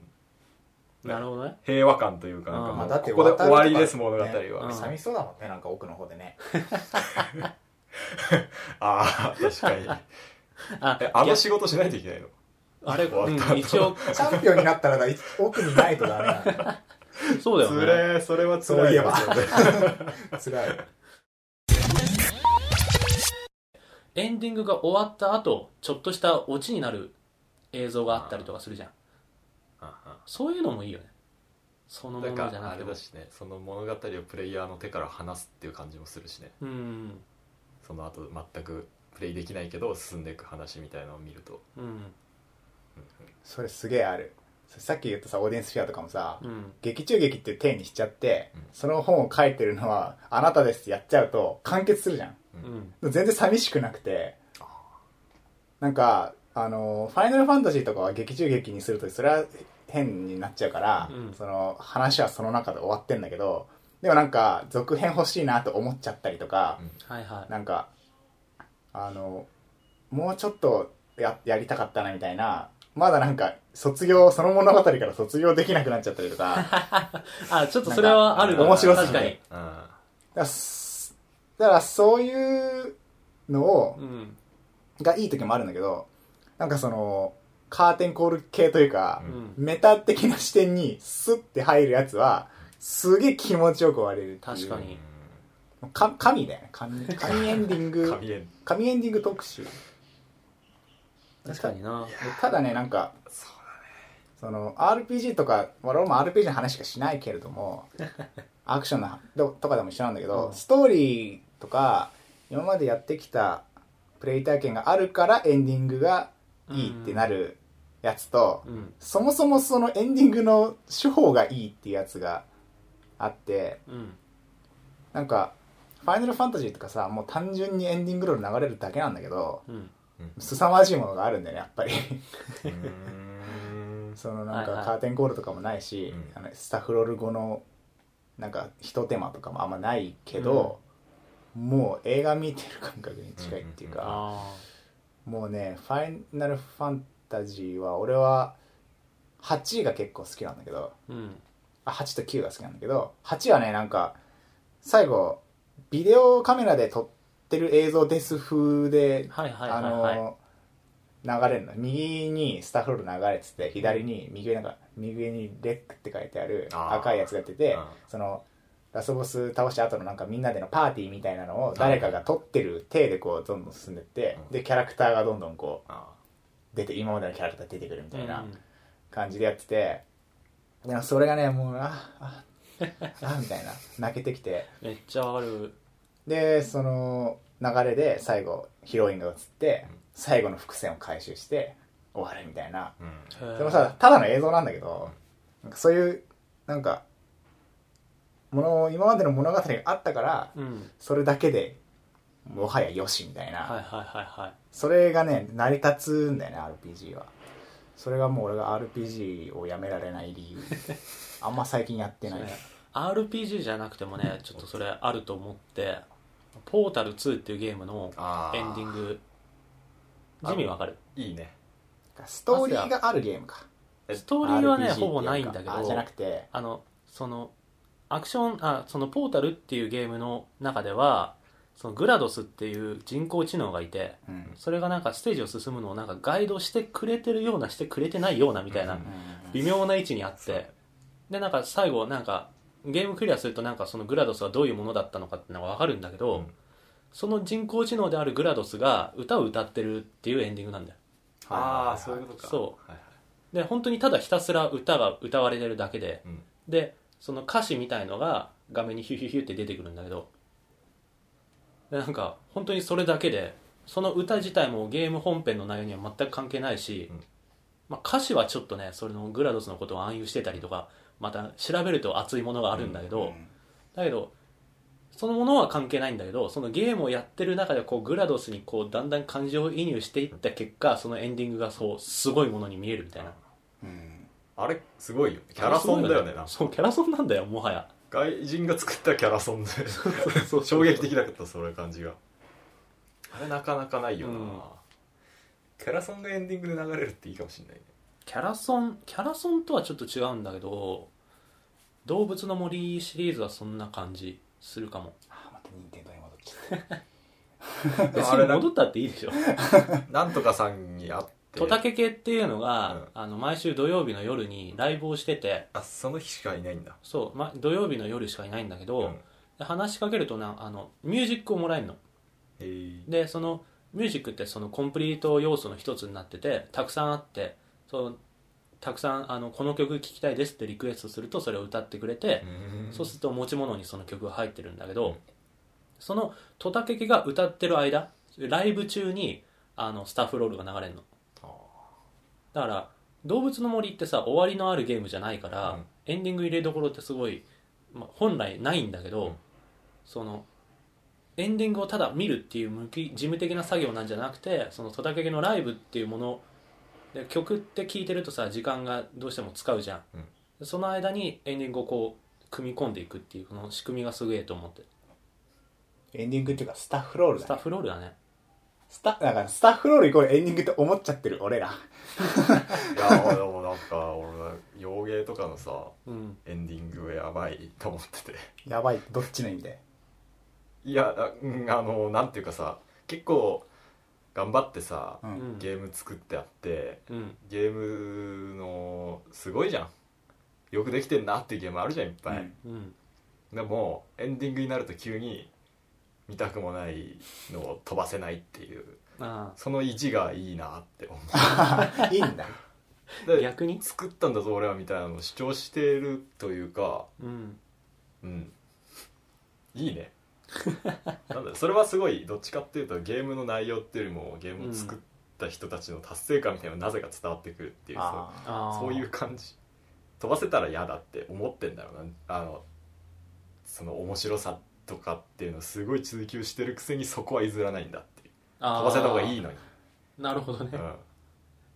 なるほどね
平和感というかなんか
うん
も
まあ
う
だって
ここで終
渡ると
わ
か
りです物語は、
ね
うん
寂しそうだもんねなんか奥の方でね
ああ確かに
あ
えあ
いや
の仕事しないといけないの
あれ、
終わ
う
った後
ん、一応
チャンピオンになったらだい奥にないとダメなんだよ
そうだよね
つれーそれはつら
そう
い
いえば
ですよね
辛い
エンディングが終わった後ちょっとしたオチになる映像があったりとかするじゃんそういうのもいいよねそのも
な
の
ん
じゃ
かあ
なくて
れ
も
だしねその物語をプレイヤーの手から離すっていう感じもするしね
うん
その後全くプレイできないけど進んでいく話みたいなのを見ると
うん
それすげえあるさっき言ったさオーディエンスフィアとかもさ、
うん
劇中劇っていう体にしちゃって、
うん
その本を書いてるのは「あなたです」ってやっちゃうと完結するじゃん
うん
全然寂しくなくてなんかあの「ファイナルファンタジー」とかは劇中劇にするとそれは変になっちゃうから、
うん
その話はその中で終わってんだけどでもなんか続編欲しいなと思っちゃったりとか、
はいはい
なんかあのもうちょっとややりたかったなみたいなまだなんか卒業その物語から卒業できなくなっちゃったりとかだか
あちょっとそれはある
な
わ
んか面白すぎ
確かに
て
うん
らすだからそういうのを
うん
がいい時もあるんだけどなんかそのカーテンコール系というか
う、ん
メタ的な視点にスッて入るやつはすげえ気持ちよく終われるっていう
確かに
か神だよね神神エンディン
う
グ
ん神へ
神エンディング特集
確かにな
ただねなんか
そ
その RPG とかまあ俺も RPG の話しかしないけれど もアクションのどとかでも一緒なんだけど、
うん
ストーリーとか今までやってきたプレイ体験があるからエンディングがいいってなるやつと、
うん
そもそもそのエンディングの手法がいいっていうやつがあって
うん
なんか「ファイナルファンタジー」とかさもう単純にエンディングロール流れるだけなんだけど
うん
凄まじいものがあるんだよねやっぱり。
うねうん
そのなん
はいは
か
い
カーテンコールとかもないし、
うん
あのスタフロル語のなんかひと手間とかもあんまないけど、もう映画見てる感覚に近いっていうか、
あ
もうね「ファイナルファンタジー」は俺は8が結構好きなんだけど
ーうん
あ8と9が好きなんだけど8はねなんか最後ビデオカメラで撮ってる映像です風で
はいはいは
あ
いはい
の流れるの右にスタッフロール流れてて左に右上なんか右上にレックって書いてある
あー
赤いやつが出て
うん
そのラスボス倒した後のなんかみんなでのパーティーみたいなのを誰かが取ってる体でこうどんどん進んでって、
うん
でキャラクターがどんどんこ う
あ
出て今までのキャラクター出てくるみたいな
うん
感じでやってて、でもそれがねもうあああみたいな泣けてきて
めっちゃわかる
でその流れで最後ヒロインが映って
うん
最後の伏線を回収して終わるみたいな
ーうん
でもさただの映像なんだけどなんかそういうなんかもの今までの物語があったから
うん
それだけでもはやよしみたいな、
はいはいはいはい
それがね成り立つんだよね RPG はそれがもう俺が RPG をやめられない理 由あんま最近やってない、
ね RPG じゃなくてもねちょっとそれあると思ってポータル2っていうゲームの
あ
エンディン
グ
グジミーわかる
いいね
ストーリーがあるゲームか
え
ストーリーはね
RPG
ほぼないんだけど
ってうかあじゃなくて
あのそのアクションあそのポータルっていうゲームの中ではそのグラドスっていう人工知能がいて
うん
それがなんかステージを進むのをなんかガイドしてくれてるようなしてくれてないようなみたいな
うん
微妙な位置にあっ
そう
てでなんか最後なんかゲームクリアするとなんかそのグラドスはどういうものだったのかってのが分かるんだけど、
うん
その人工知能であるグラドスが歌を歌ってるっていうエンディングなんだよ
ああそういうことか
そう
はいはい
で本当にただひたすら歌が歌われてるだけで
うん
でその歌詞みたいのが画面にヒューヒューヒューって出てくるんだけどでなんか本当にそれだけでその歌自体もゲーム本編の内容には全く関係ないし、
うん
まあ、歌詞はちょっとねそれのグラドスのことを暗喩してたりとかまた調べると熱いものがあるんだけど、
ん
だけどそのものは関係ないんだけどそのゲームをやってる中でこうグラドスにこうだんだん感情移入していった結果そのエンディングがそうすごいものに見えるみたいな
うん
あれすごいよねキャラソンだよねなんか
そうキャラソンなんだよもはや
外人が作ったキャラソンで
そう
衝撃的だったそれ感じがあれなかなかないよな、
うん
キャラソンがエンディングで流れるっていいかもしれないね
キャラソンキャラソンとはちょっと違うんだけど「動物の森」シリーズはそんな感じするかも
あまた任天堂に戻っちゃった
別
あれ
に
な
戻ったっていいでしょ
なんとかさんに会って
トタケ系っていうのが、
うん
あの毎週土曜日の夜にライブをしてて
あその日しかいないんだ
そう、ま、土曜日の夜しかいないんだけど、
ん
で話しかけるとなあのミュージックをもらえるの
えー
でそのミュージックってそのコンプリート要素の一つになっててたくさんあってそのたくさんあのこの曲聴きたいですってリクエストするとそれを歌ってくれて、
うん
そうすると持ち物にその曲が入ってるんだけど、
うん
そのトタケケが歌ってる間ライブ中にあのスタッフロールが流れるの
あ
だから「動物の森」ってさ終わりのあるゲームじゃないから、
うん
エンディング入れどころってすごい、まあ、本来ないんだけど、
うん
そのエンディングをただ見るっていう向き事務的な作業なんじゃなくてそのトタケケのライブっていうもので曲って聴いてるとさ時間がどうしても使うじゃん、
うん
でその間にエンディングをこう組み込んでいくっていうこの仕組みがすげえと思って
エンディングっていうかスタッフロール
スタ
だ、
ッ
ね、
フロールだね
スタだからスタッフロールイコールエンディングって思っちゃってる俺ら
いや俺でもなんか俺洋芸とかのさ
うん
エンディングやばいと思ってて
やばいどっちの意味で
いやあ,、うん、あのなんていうかさ結構頑張ってさ、
うん
うん
ゲーム作ってあって
うん
ゲームのすごいじゃんよくできてんなっていうゲームあるじゃんいっぱい、
うん
うん
でもエンディングになると急に見たくもないのを飛ばせないっていう
あ
その意地がいいなって思
いいんだ
う
あ
で
逆に
作ったんだぞ俺はみたいなのを主張してるというか
うん
うんいい ねなんだそれはすごいどっちかっていうとゲームの内容っていうよりもゲームを作った人たちの達成感みたいなのがなぜか伝わってくるっていうそう
あ
あー
そういう感じ飛ばせたら嫌だって思ってんだろうなあのその面白さとかっていうのをすごい追求してるくせにそこは譲らないんだっていう
あー
飛ばせた方がいいのに、
なるほどね、
うん、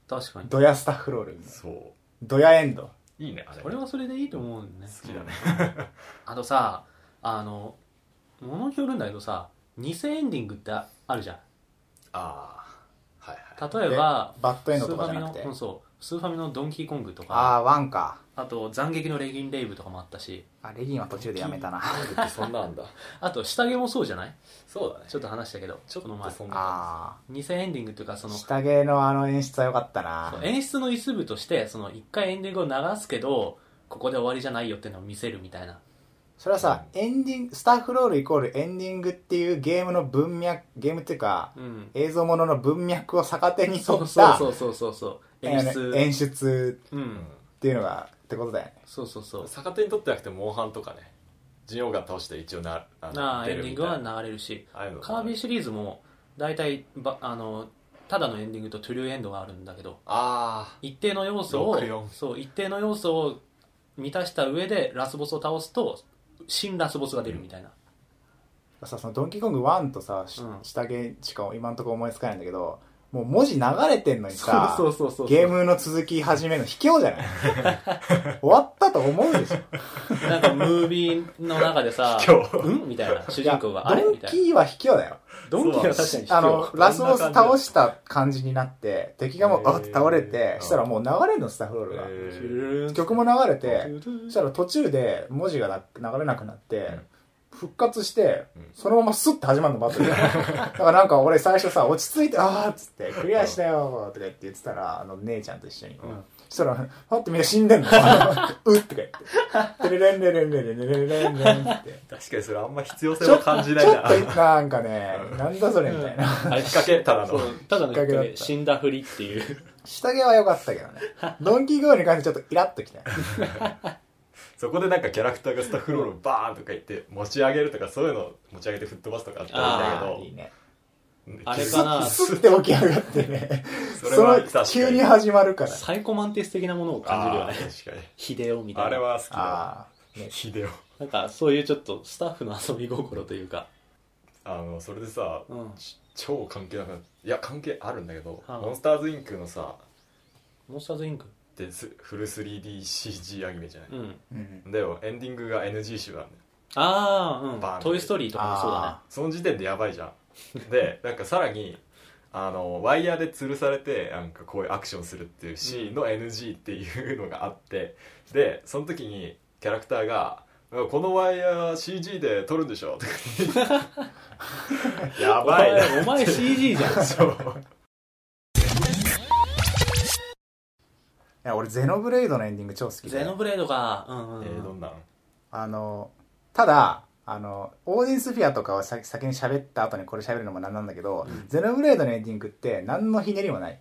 確かに
ードヤスタッフロール
そ
ドヤエンド
ういいねあれ
それはそれでいいと思うんだよね
好きだね
あとさあの物によるんだけどさ偽エンディングってあるじゃん
ああはいはい
例えば
バッドエン
ス
ド
ー
と
フ
かじゃ
ァミ
なくて
のうんそうスーファミのドンキーコングと
あ
か
あーワンか
あと斬撃のレギンレイブとかもあったし
あレギンは途中でやめたな
そんなんだ
あと下着もそうじゃない
そうだね
ちょっと話したけど
ちょっ
この
と
前
そんな
あ
偽エンディングっていうかそ
あ
の
下着のあの演出は良かったな
そう演出の一部としてその一回エンディングを流すけどここで終わりじゃないよっていうのを見せるみたいな
それはさ、エンディング、スタッフロールイコールエンディングっていうゲームの文脈、ゲームっていうか、
うん
映像ものの文脈を逆手に取
そう
っ
そう
た
そうそうそうそう
演
演
出
出
演出
う
うんん
っていうのが、ってことだよね。
そうそうそう
逆手にとってなくてモンハンとかねジオンが倒して一応なあ
なあエンディングは
な
流れるし
ああいうの
カービィシリーズも大体ばあのただのエンディングとトゥルーエンドがあるんだけど
あ
一定の要素を
64
そう一定の要素を満たした上でラスボスを倒すと新ラスボスが出るみたいな、
さ、そのドンキーコング1とさ、し
うん
下げしか今んとこ思いつかないんだけど、もう文字流れてんのにさ、
そうそうそうそう
ゲームの続き始めるの卑怯じゃない 終わったと思うでしょ
なんかムービーの中でさ
卑怯
うん?」みたいな主
い
人
や
公が「あれ?」
ド
み
ン
たいな
キーは卑怯だよ。
ドンキーは確かに卑怯
あの、ラスボス
こんな感
倒
じ
した感じになって、敵がもう、
へー
あって倒れて、したらもう流れるの、スタッフロール
あ
が。
へー
曲も流れて、そした
で
ら途中で文字がな流れなくなって、
うん
復活して
うん、
そのままスッて始まるの、 バトルが。だからなんか俺最初さ、落ち着いて、あーっつって、クリアしたよーとか言って言ってたら、あの、姉ちゃんと一緒に。
うん
そしたら、パってみんな死んでんの。 うっとか言って。テレレンレレンレレンレレレンレンって。
確かにそれあんま必要性
ちょ
は
っと、
感
ち
じ
ょ
ないな
っと、なんかね、なんだそれみたいな。
あれ
きっかけただの
そうただのきっ
きっか
か
けだ
け
った
死んだふりっていう
下着は良かったけどね。ドンキーゴーに関してちょっとイラっときたよ。
そこでなんかキャラクターがスタッフロールをバーンとか言って持ち上げるとかそういうのを持ち上げて吹っ飛ばす とかあったらいいん
あ
だ
いいね。
けど
あれかな
スッて起き上がってね。
それ
そ
は
の
確かに
急に始まるから。
サイコマンティス的なものを感じるよ
ああ
ね
確かに
秀夫みたいな
あれは好きだ
ああ、ね。
ヒデオ
なんかそういうちょっとスタッフの遊び心というか、
あのそれでさ
うん、
ち超関係なくないや関係あるんだけど、
はい
モンスターズインクのさ
モンスターズインク
でスフル 3DCG アニメじゃない、
うん
うん。
だよエンディングが NG 集なんだよ
ああ
バー
うん「
ン
トイ・ストーリー」とかもそうだ
その時点でやばいじゃんでなんかさらにあのワイヤーで吊るされてなんかこういうアクションするっていうシーンの NG っていうのがあってでその時にキャラクターが「このワイヤー CG で撮るんでしょ」とか言ってや
ね
ばいな
お前お前 CG じゃん
そう
いや、俺、ゼノブレイドのエンディング超好きで。
ゼノブレードがうんうん
えーどんなん
あの、ただ、あの、オーディンスフィアとかを先先に喋った後にこれ喋るのもなんなんだけど、ゼノブレイドのエンディングって何のひねりもない。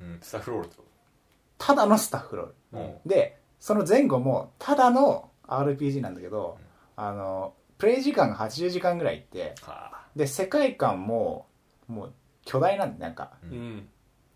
うんスタッフロールってこ
ただのスタッフロール。
とうん
でその前後もただの RPG なんだけど、あのプレイ時間が80時間ぐらいいって
は
で世界観ももう巨大なんでなんか、
うんうん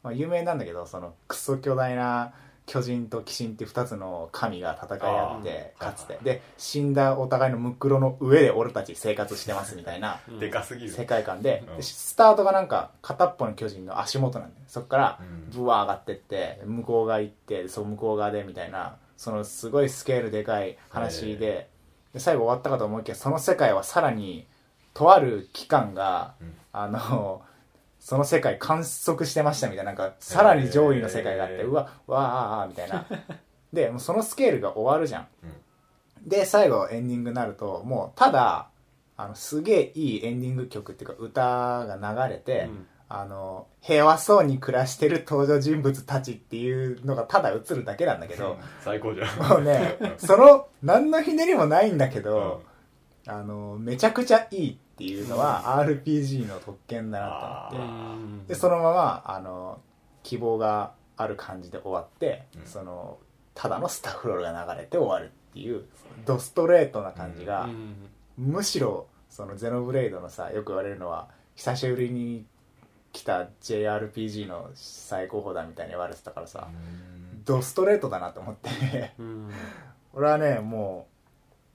まあ、有名なんだけどそのクソ巨大な巨人と鬼神って2つの神が戦い合って
あー
かつて、
はいはい
で死んだお互いのムクロの上で俺たち生活してますみたいな
うん
でかすぎる
世界観で,で、
うん
スタートがなんか片っぽの巨人の足元なんだよそっから
うん
ブワー上がってって向こう側行ってそう向こう側でみたいなそのすごいスケールでかい話でで最後終わったかと思いきやその世界はさらにとある機関が、
うん
あのその世界観測してましたみたいななんかさらに上位の世界があっ
へ
て
ー
うわわああーみたい なでもうそのスケールが終わるじゃん
うん
で最後エンディングになるともうただあのすげえいいエンディング曲っていうか歌が流れて、
うん
あの平和そうに暮らしてる登場人物たちっていうのがただ映るだけなんだけど
最高じゃん
もうねその何のひねりもないんだけど、あのめちゃくちゃいいっていうのは RPG の特権だなと
う
思っ
ん
てでそのままあの希望がある感じで終わって、
うん
そのただのスタッフロールが流れて終わるっていうドストレートな感じが、
うん
むしろそのゼノブレイドのさよく言われるのは久しぶりに来た JRPG の最高峰だみたいに言われてたからさ、
うん
ドストレートだなと思って
うん
俺はねも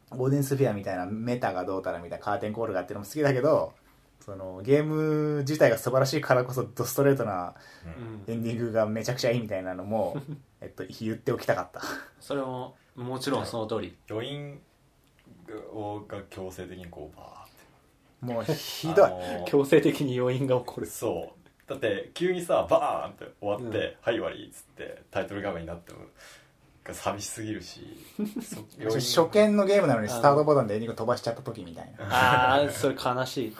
うオーディンスフィアみたいなメタがどうたらみたいなカーテンコールがっていうのも好きだけどそのゲーム自体が素晴らしいからこそドストレートな
うん
エンディングがめちゃくちゃいいみたいなの も、えっと、言っておきたかった
それももちろんその通り
余韻をが強制的にこうバーって
もうひどい
あのー
強制的に要因が起こる
そうだって急にさバーンって終わって「はい終わり」っつってタイトル画面になってもが寂しすぎる しそ余韻
初見のゲームなのにスタートボタンでエンディング飛ばしちゃった時みたいな
ああそれ悲しい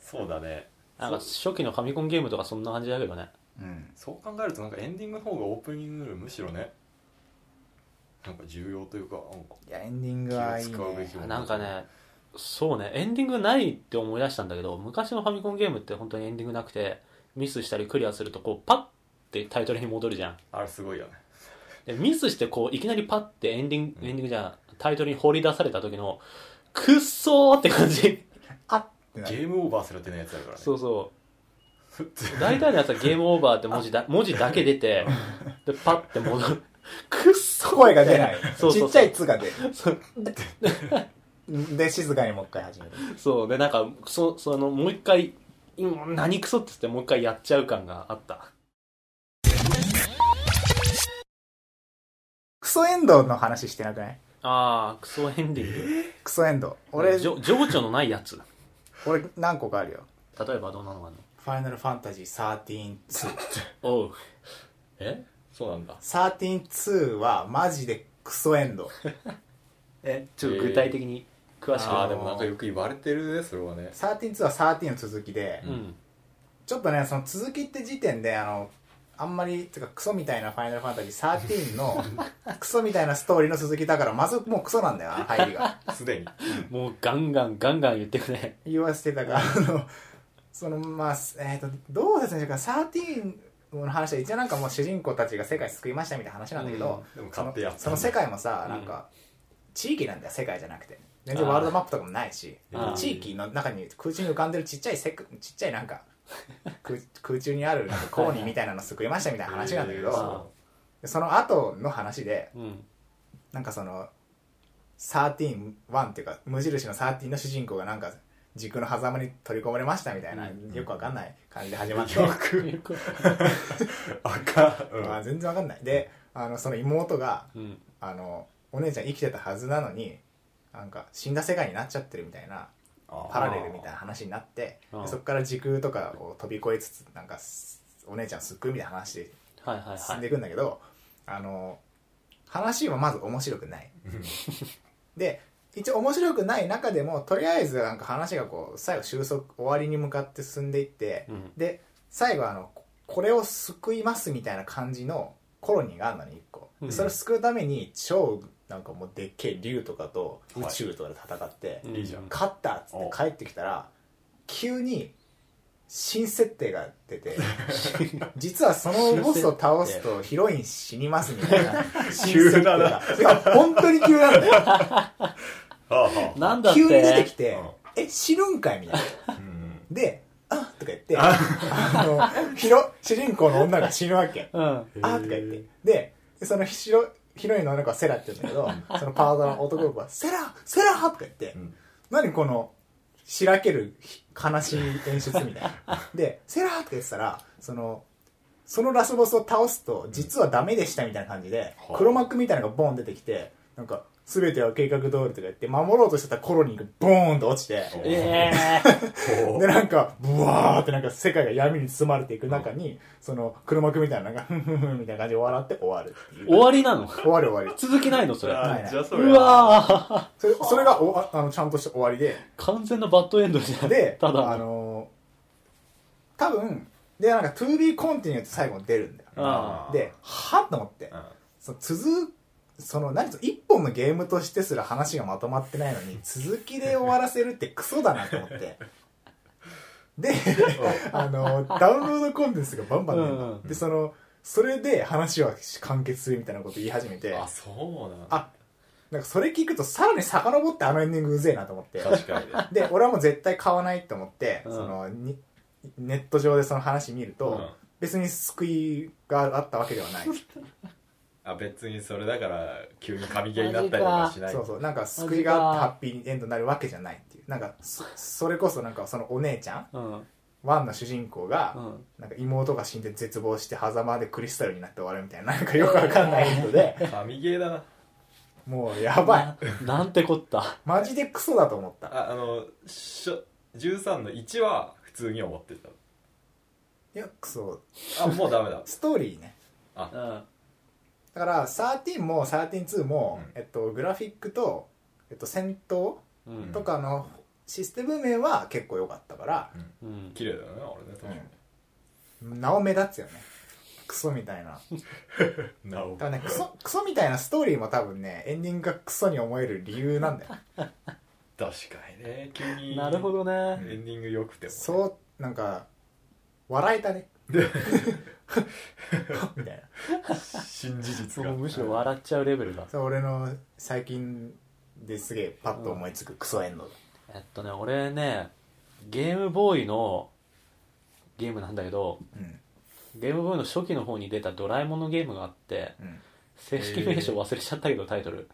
そうだね
なんか初期のファミコンゲームとかそんな感じだけどね
うん
そう考えるとなんかエンディングの方がオープニングよりむしろねなんか重要というかなんか
いやエンディングはいい
気を使うべ
ね
きも
なんかねそうねエンディングないって思い出したんだけど昔のファミコンゲームって本当にエンディングなくてミスしたりクリアするとこうパッてタイトルに戻るじゃん
あれすごいよね
でミスしてこういきなりパッてエンディング、エンディングじゃんタイトルに放り出された時のくっそーって感じ
あってな
ゲ
る
ームオーバーするってねやつだからね
そうそう
普通
大体のやつはゲームオーバーって文字だ文字だけ出てでパッて 戻るくっそーって
声が出ない
そうそう
ち
そう
っちゃい「つ」が出
そう
るで静かにもう一回始める
そうでなんかそそのもう一回今何クソって言ってもう一回やっちゃう感があった
クソエンドウの話してなくない
ああクソエンディング
クソエンドウ俺
じょ情緒のないやつ
俺何個かあるよ
例えばどんなのがあるの
「ファイナルファンタジー132」
おうえそうなんだ
132はマジでクソエンドウ
えちょっと具体的に詳しく、
ああでもなんかよく言われてるねそれはね
132は13の続きで、
うん
ちょっとねその続きって時点であのあんまりてかクソみたいな「ファイナルファンタジー13」の クソみたいなストーリーの続きだからまずもうクソなんだよな入りが
すでに
もうガンガンガンガン言ってくね
言わせてたから あのそのまあえっ、とどう説明しようか13の話は一応なんかもう主人公たちが世界救いましたみたいな話なんだけど、
でも
そ
買
の
ってやった
その 世界もさ
うん
なんか地域なんだよ世界じゃなくて全然ワールドマップとかもないし
あー
地域の中に空中に浮かんでるちっちゃいせくちっちゃいなんか空空中にあるなんかコーニーみたいなの救いましたみたいな話なんだけ
えー
ど
そ
その後の話で
うん
なんかその131っていうか無印の13の主人公がなんか軸の狭間に取り込まれましたみたいな
うん
よくわかんない感じで始まって
よく赤
まあ
う
全然わかんないであのその妹が
うん
あのお姉ちゃん生きてたはずなのになんか死んだ世界になっちゃってるみたいなんパラレルみたいな話になって
あー
でそこから時空とかを飛び越えつつなんかすお姉ちゃんすっごいみたいな話で
はいはい
進ん
は
で
い
いくんだけど、あの話はまず面白く ないで一応面白くない中でもとりあえずなんか話がこう最後収束終わりに向かって進んでいって、
うん
で最後あのここれを救いますみたいな感じのコロニーがあるのに一個、で
うん
それを救うために超なんかもうでっけえ竜とかと宇
はい
宙とかで戦って、
いいじゃん
勝ったっつって帰ってきたら急に新設定が 出て実はそのボスを倒すとヒロイン死にますみたいな
急だな
新設定がてか本当に急なんだよ
ああ
なんだって
急に出てきて
うん
「え死ぬんかい?」みたいな
うん
で「あとか言ってあのヒロ 主人公の女が死ぬわけ
うん
あーとか言って。で、そのヒロヒロインの女の子はセラって言うんだけど、 そのパートの男 の子は、セラセラとか言って、
うん
何この、しらける悲しい演出みた いな。で、セラって言ってたら、その、そのラスボスを倒すと、実はダメでしたみたいな感じで
は、あ
黒幕みたいなのがボーン出てきて、なんか、すべては計画通りとか言って、守ろうとしてたコロニーがボーンと落ちて、
お
ええー、
お
でなんかブワーってなんか世界が闇に包まれていく中に、その黒幕みたいなのがフンフンフンみたいな感じで笑って終わるっていう
終わりなの
終わる終わり
続きないのそれ
あーじゃあそうれ
わ
それそれがおああのちゃんとした終わり で
ー完全なバッドエンドじゃん
で
ただの
あのー多分でなんか 2B コンティニューって最後に出るんだよ
あ
ではっと思ってその続その何その一本のゲームとしてすら話がまとまってないの に続きで終わらせるってクソだなと思ってであのダウンロードコンテンツがバンバン出るの、
うんうん
でそのそれで話は完結するみたいなこと言い始めて
あそうなん
あなんかそれ聞くとさらに遡ってあのエンディングうぜえなと思って
確かにね
で俺はもう絶対買わないと思って、
うん
そのにネット上でその話見ると、
うん
別に救いがあったわけでは ない
あ別にそれだから急に神ゲーになったりとかしない
そうそうなんか救いがあってハッピーエンドになるわけじゃないっていうなんかそ それこそなんかそのお姉ちゃん
うん
ワンの主人公が、
うん
なんか妹が死んで絶望して狭間でクリスタルになって終わるみたいななんかよくわかんないエンドで
神ゲーだな
もうやばい
ななんてこった
マジでクソだと思った
ああのしょ13の1は普通に思って
いやクソ
たあもうダメだ
ストーリーね
うん
だから13も132も、
うん
えっと、グラフィックと、えっと、戦闘
うん
とかのシステム面は結構良かったから、
うん
綺麗だよねあれね確かに
なお目立つよねククソみたいな
なお
多分ねクソクソみたいなストーリーも多分ねエンディングがクソに思える理由 なんだよ
確かにね急に
なるほどね
エンディング良くてもね、
そうなんか笑えた ね みたいな
新事実が
もうむしろ笑っちゃうレベルだ
それ俺の最近ですげえパッと思いつくクソエンドだ
えっとね俺ねゲームボーイのゲームなんだけど
うん
ゲームボーイの初期の方に出たドラえもんのゲームがあって
うん
正式名称忘れちゃったけどタイトル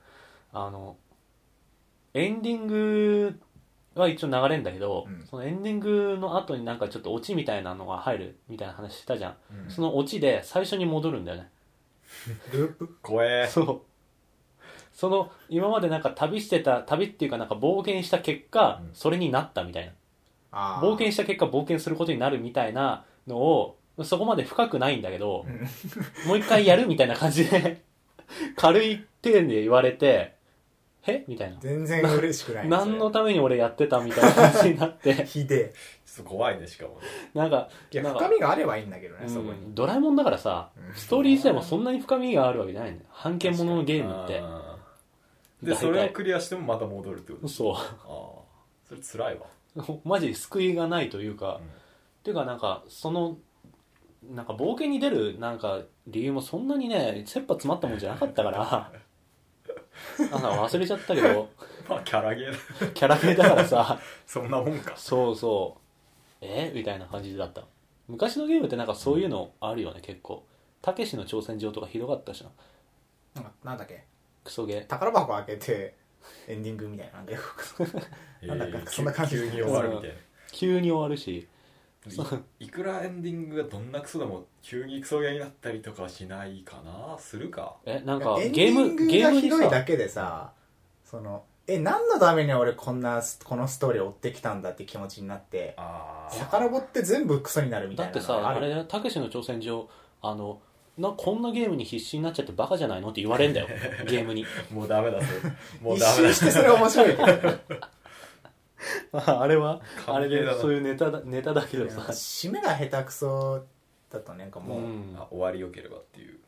あのエンディングは一応流れんだけど、
うん
そのエンディングの後になんかちょっとオチみたいなのが入るみたいな話したじゃん、
うん
そのオチで最初に戻るんだよね
ループ
怖え
そうその今までなんか旅してた旅っていうかなんか冒険した結果、
うん
それになったみたいな
あー
冒険した結果冒険することになるみたいなのをそこまで深くないんだけど、もう一回やるみたいな感 じで軽い点で言われて「えみたいな
全然嬉しくない
何のために俺やってたみたいな感じになっ
それ
て
ひで
ちょっと怖いねしかもね
なんか
えいや
なんか
深みがあればいいんだけどねそこ
う
に
んドラえもんだからさ
うん
ストーリー自体もそんなに深みがあるわけじゃないんだよ半径もののゲームって
あーで
大体
それをクリアしてもまた戻るってこと
そう
ああそれ辛いわ
マジ救いがないというか、
うん
っていうかなんかそのなんか冒険に出るなんか理由もそんなにね切羽詰まったもんじゃなかったから なんか忘れちゃったけど
まあキャラゲーだ
キャラ系だからさ
そんなもんか
そうそうえみたいな感じだった昔のゲームってなんかそういうのあるよね結構たけしの挑戦状とかひどかったしな
なんかなんだっけ
クソゲー
宝箱開けてエンディングみたいななんかよくなんだか
えー
そんな感じ
急に終わるみたいな
急に終わるし
いいくらエンディングがどんなクソでも急にクソゲーになったりとかはしないかなするか
えなんか
エンデ
ゲー
ィン
ム
グ
ゲー
が
ム
ひ
に
どいだ
さ
けでさそのえ何のために俺こんなこのストーリーを追ってきたんだって気持ちになって
ああ
遡って全部クソになるみた
だ
い
っ
な
て
のが
さ
あ
あ
る
れだよたけしの挑戦状あのなこんなゲームに必死になっちゃってバカじゃないのって言われん だよゲームに
もうダメだそれ もう
一
ダメだ
周して それ面白いけどね
あれはあ
完
れ
璧
で
だな
そういうネタだネタだけど
なん
さ
か締めが下手くそだとなんか
う
もう、
ん
あ終わりよければっていう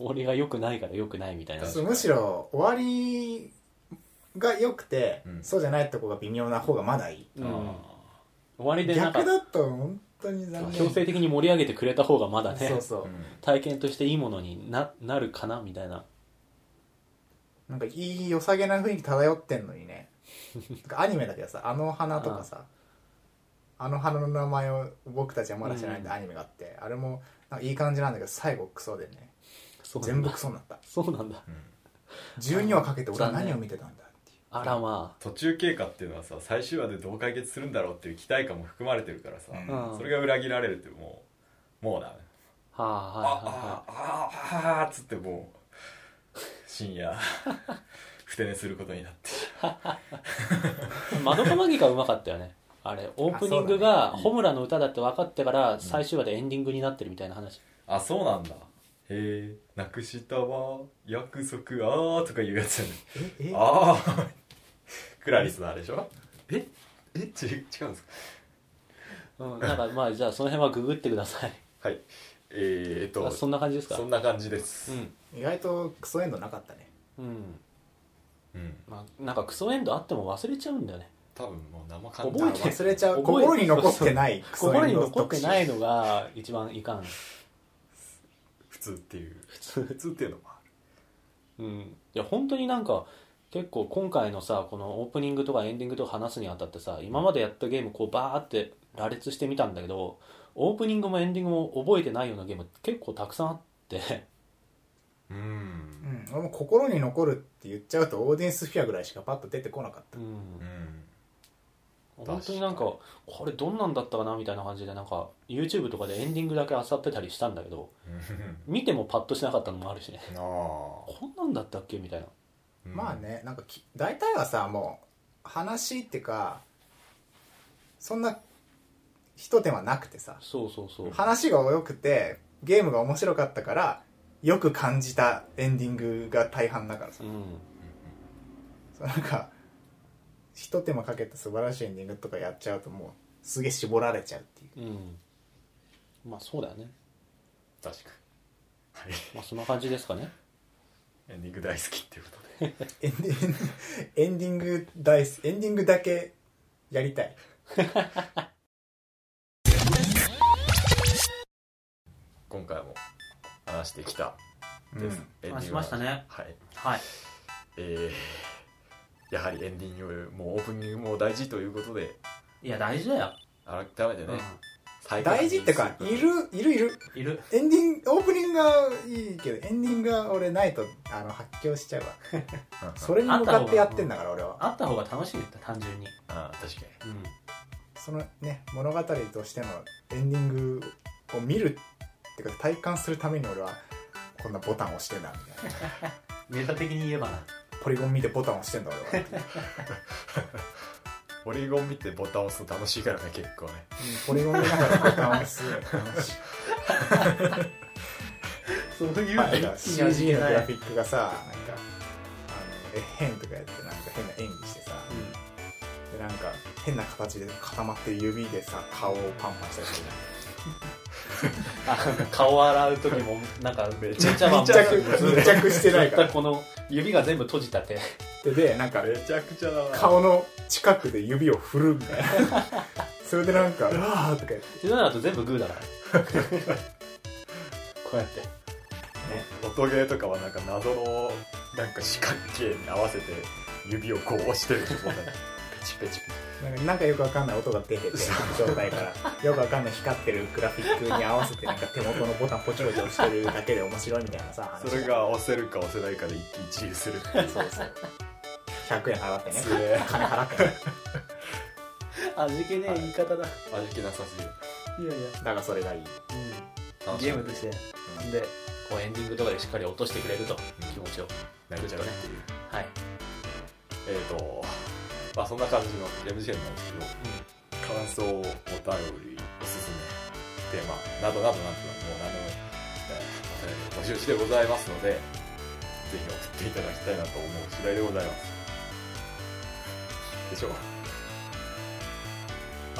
俺が良くないから良くないみたいな
そうむしろ終わりが良くて、
うん
そうじゃないとこが微妙な方がまだいい
うん終
あ
わりでなんか
逆だと本当に残念
強制的に盛り上げてくれた方がまだね
そう
ー
そう、
うん
体験としていいものにななるかなみたいな
なんかいい良さげな雰囲気漂ってんのにねなんかアニメだけどさ「あの花」とかさ「あの花」の名前を僕たちはまだ知らないんで
うん
アニメがあって、あれもなんかいい感じなんだけど最後クソでね
そうなん
全部
だ
クソになった
そうなんだ
うん
12話かけて俺は
残
何
念
を見てたんだっていう
あらま
途中経過っていうのはさ最終話でどう解決するんだろうっていう期待感も含まれてるからさ、
うん
それが裏切られるってもうもうダメ
あはあ
あ
はいはいは
ああああっつってもう深夜ふて寝することになって
い窓かマギカうまかったよねあれオープニングが「ホムラの歌」だって分かってから最終話でエンディングになってるみたいな話
あそうなんだへえなくしたわ約束あーとかいうやつやね
ええ
ああクラリスのあれでしょええち違うんですか
うんなんかまあじゃあその辺はググってください
はいえー、っと
あそんな感じですか
そんな感じです
うん
意外とクソエンドなかったね
うん
うん
まあなんかクソエンドあっても忘れちゃうんだよね
多分もう生感
覚えて
忘れちゃう
覚えて
心に残ってないクソ
心
エ
に
ンド
残ってないいのが一番いかん
普通っていう普通普通っていうのもある
うん、いや本当になんか結構今回のさこのオープニングとかエンディングとか話すにあたってさ今までやったゲームこうバーって羅列してみたんだけどオープニングもエンディングも覚えてないようなゲーム結構たくさんあって
うん
うん、俺も心に残るって言っちゃうとオーディエンスフィアぐらいしかパッと出てこなかった
う
うんん
本当になんかこれどんなんだったかなみたいな感じでなんか YouTube とかでエンディングだけ漁ってたりしたんだけど見てもパッとしなかったのもあるしね
なあ
こんなんだったっけみたいな
まあねなんかき大体はさもう話ってかそんなひと手間なくてさ
そうそうそう
話が良くてゲームが面白かったからよく感じたエンディングが大半だからさ
うん
そうなんかひと手間かけた素晴らしいエンディングとかやっちゃうともうすげえ絞られちゃうっていう
うんまあそうだよね
確かはい
まあ、そんな感じですかね
エンディング大好きっていうことで
エンディングエンディング大好きエンディングだけやりたい
今回も話してきたです、エンディングは
話しましたね
はい
はい
えーやはりエンディングもオープニングも大事ということで
いや大事だよ、
改めてね、再確認
大事ってか
す
い
る
るいるいる
うんいる
エンディングオープニングがいいけどエンディングが俺ないとあの発狂しちゃうわ
うんうん
それに向かってやってんだから俺は
あった方が楽しいよ単純に
あー確か
うん
そのね物語としてのエンディングを見るってか体感するために俺はこんなボタン押してんだみたいな
ネタ的に言えばな
ポリゴン見てボタン押してんだ俺は、うん
にポリゴン見てボタン押すの楽しいからね結構ね
ポリゴン見ながらボタン押す楽しい
そういう
なんか CG のグラフィックがさなんかあのえ変とかやってなんか変な演技してさでなんか変な形で固まって指でさ顔をパンパンしたりする
顔洗う時もなんかめちゃめちゃ
密着密着してないから
この指が全部閉じた手
でで なんか
めちゃくちゃだな
顔の近くで指を振るみたいな それでなんか「うわー」とか言って
手のだと全部グーだからこうやって
音ゲーとかはなんか謎のなんか四角形に合わせて指をこう押してるとこねペチペチペ
なんかなんかよくわかんない音が出てて状態からよくわかんない光ってるグラフィックに合わせてなんか手元のボタンポチポチ押してるだけで面白いみたいなさ話
チそれが押せるか押せないかで一喜一憂する
そうそう100円払ってね
すげえ
金払ってね
味気ね
はい
え言い方だ、
味気なさすぎる
い、やい
だ
や、
からそれがいい
楽しみ
ゲームとしてでこうエンディングとかでしっかり落としてくれると
うん
気持ちを
泣いちゃうっていう
はい、
えー、とまあそんな感じのゲーム事件なんですけど感想お便りおすすめテーマなどなどなどもう何でも、えー、お便り募集してございますのでぜひ送っていただきたいなと思う次第でございますでしょう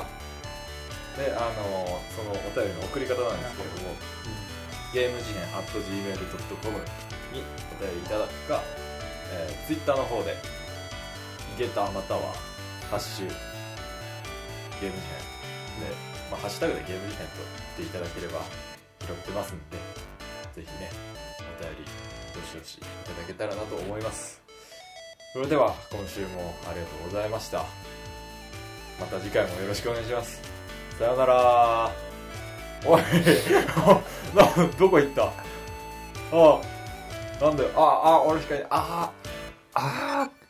あであのそのお便りの送り方なんですけれどもゲーム事変 at gmail.com にお便りいただくか、えー、Twitter の方で「いげた」または「ハッシュゲーム事変」で、まあ、ハッシュタグでゲーム事変と言っていただければ拾ってますんでぜひねお便りどしどしいただけたらなと思いますそれでは今週もありがとうございましたまた次回もよろしくお願いしますさようならおいなどこ行ったああなんだよああ俺しかいないああああ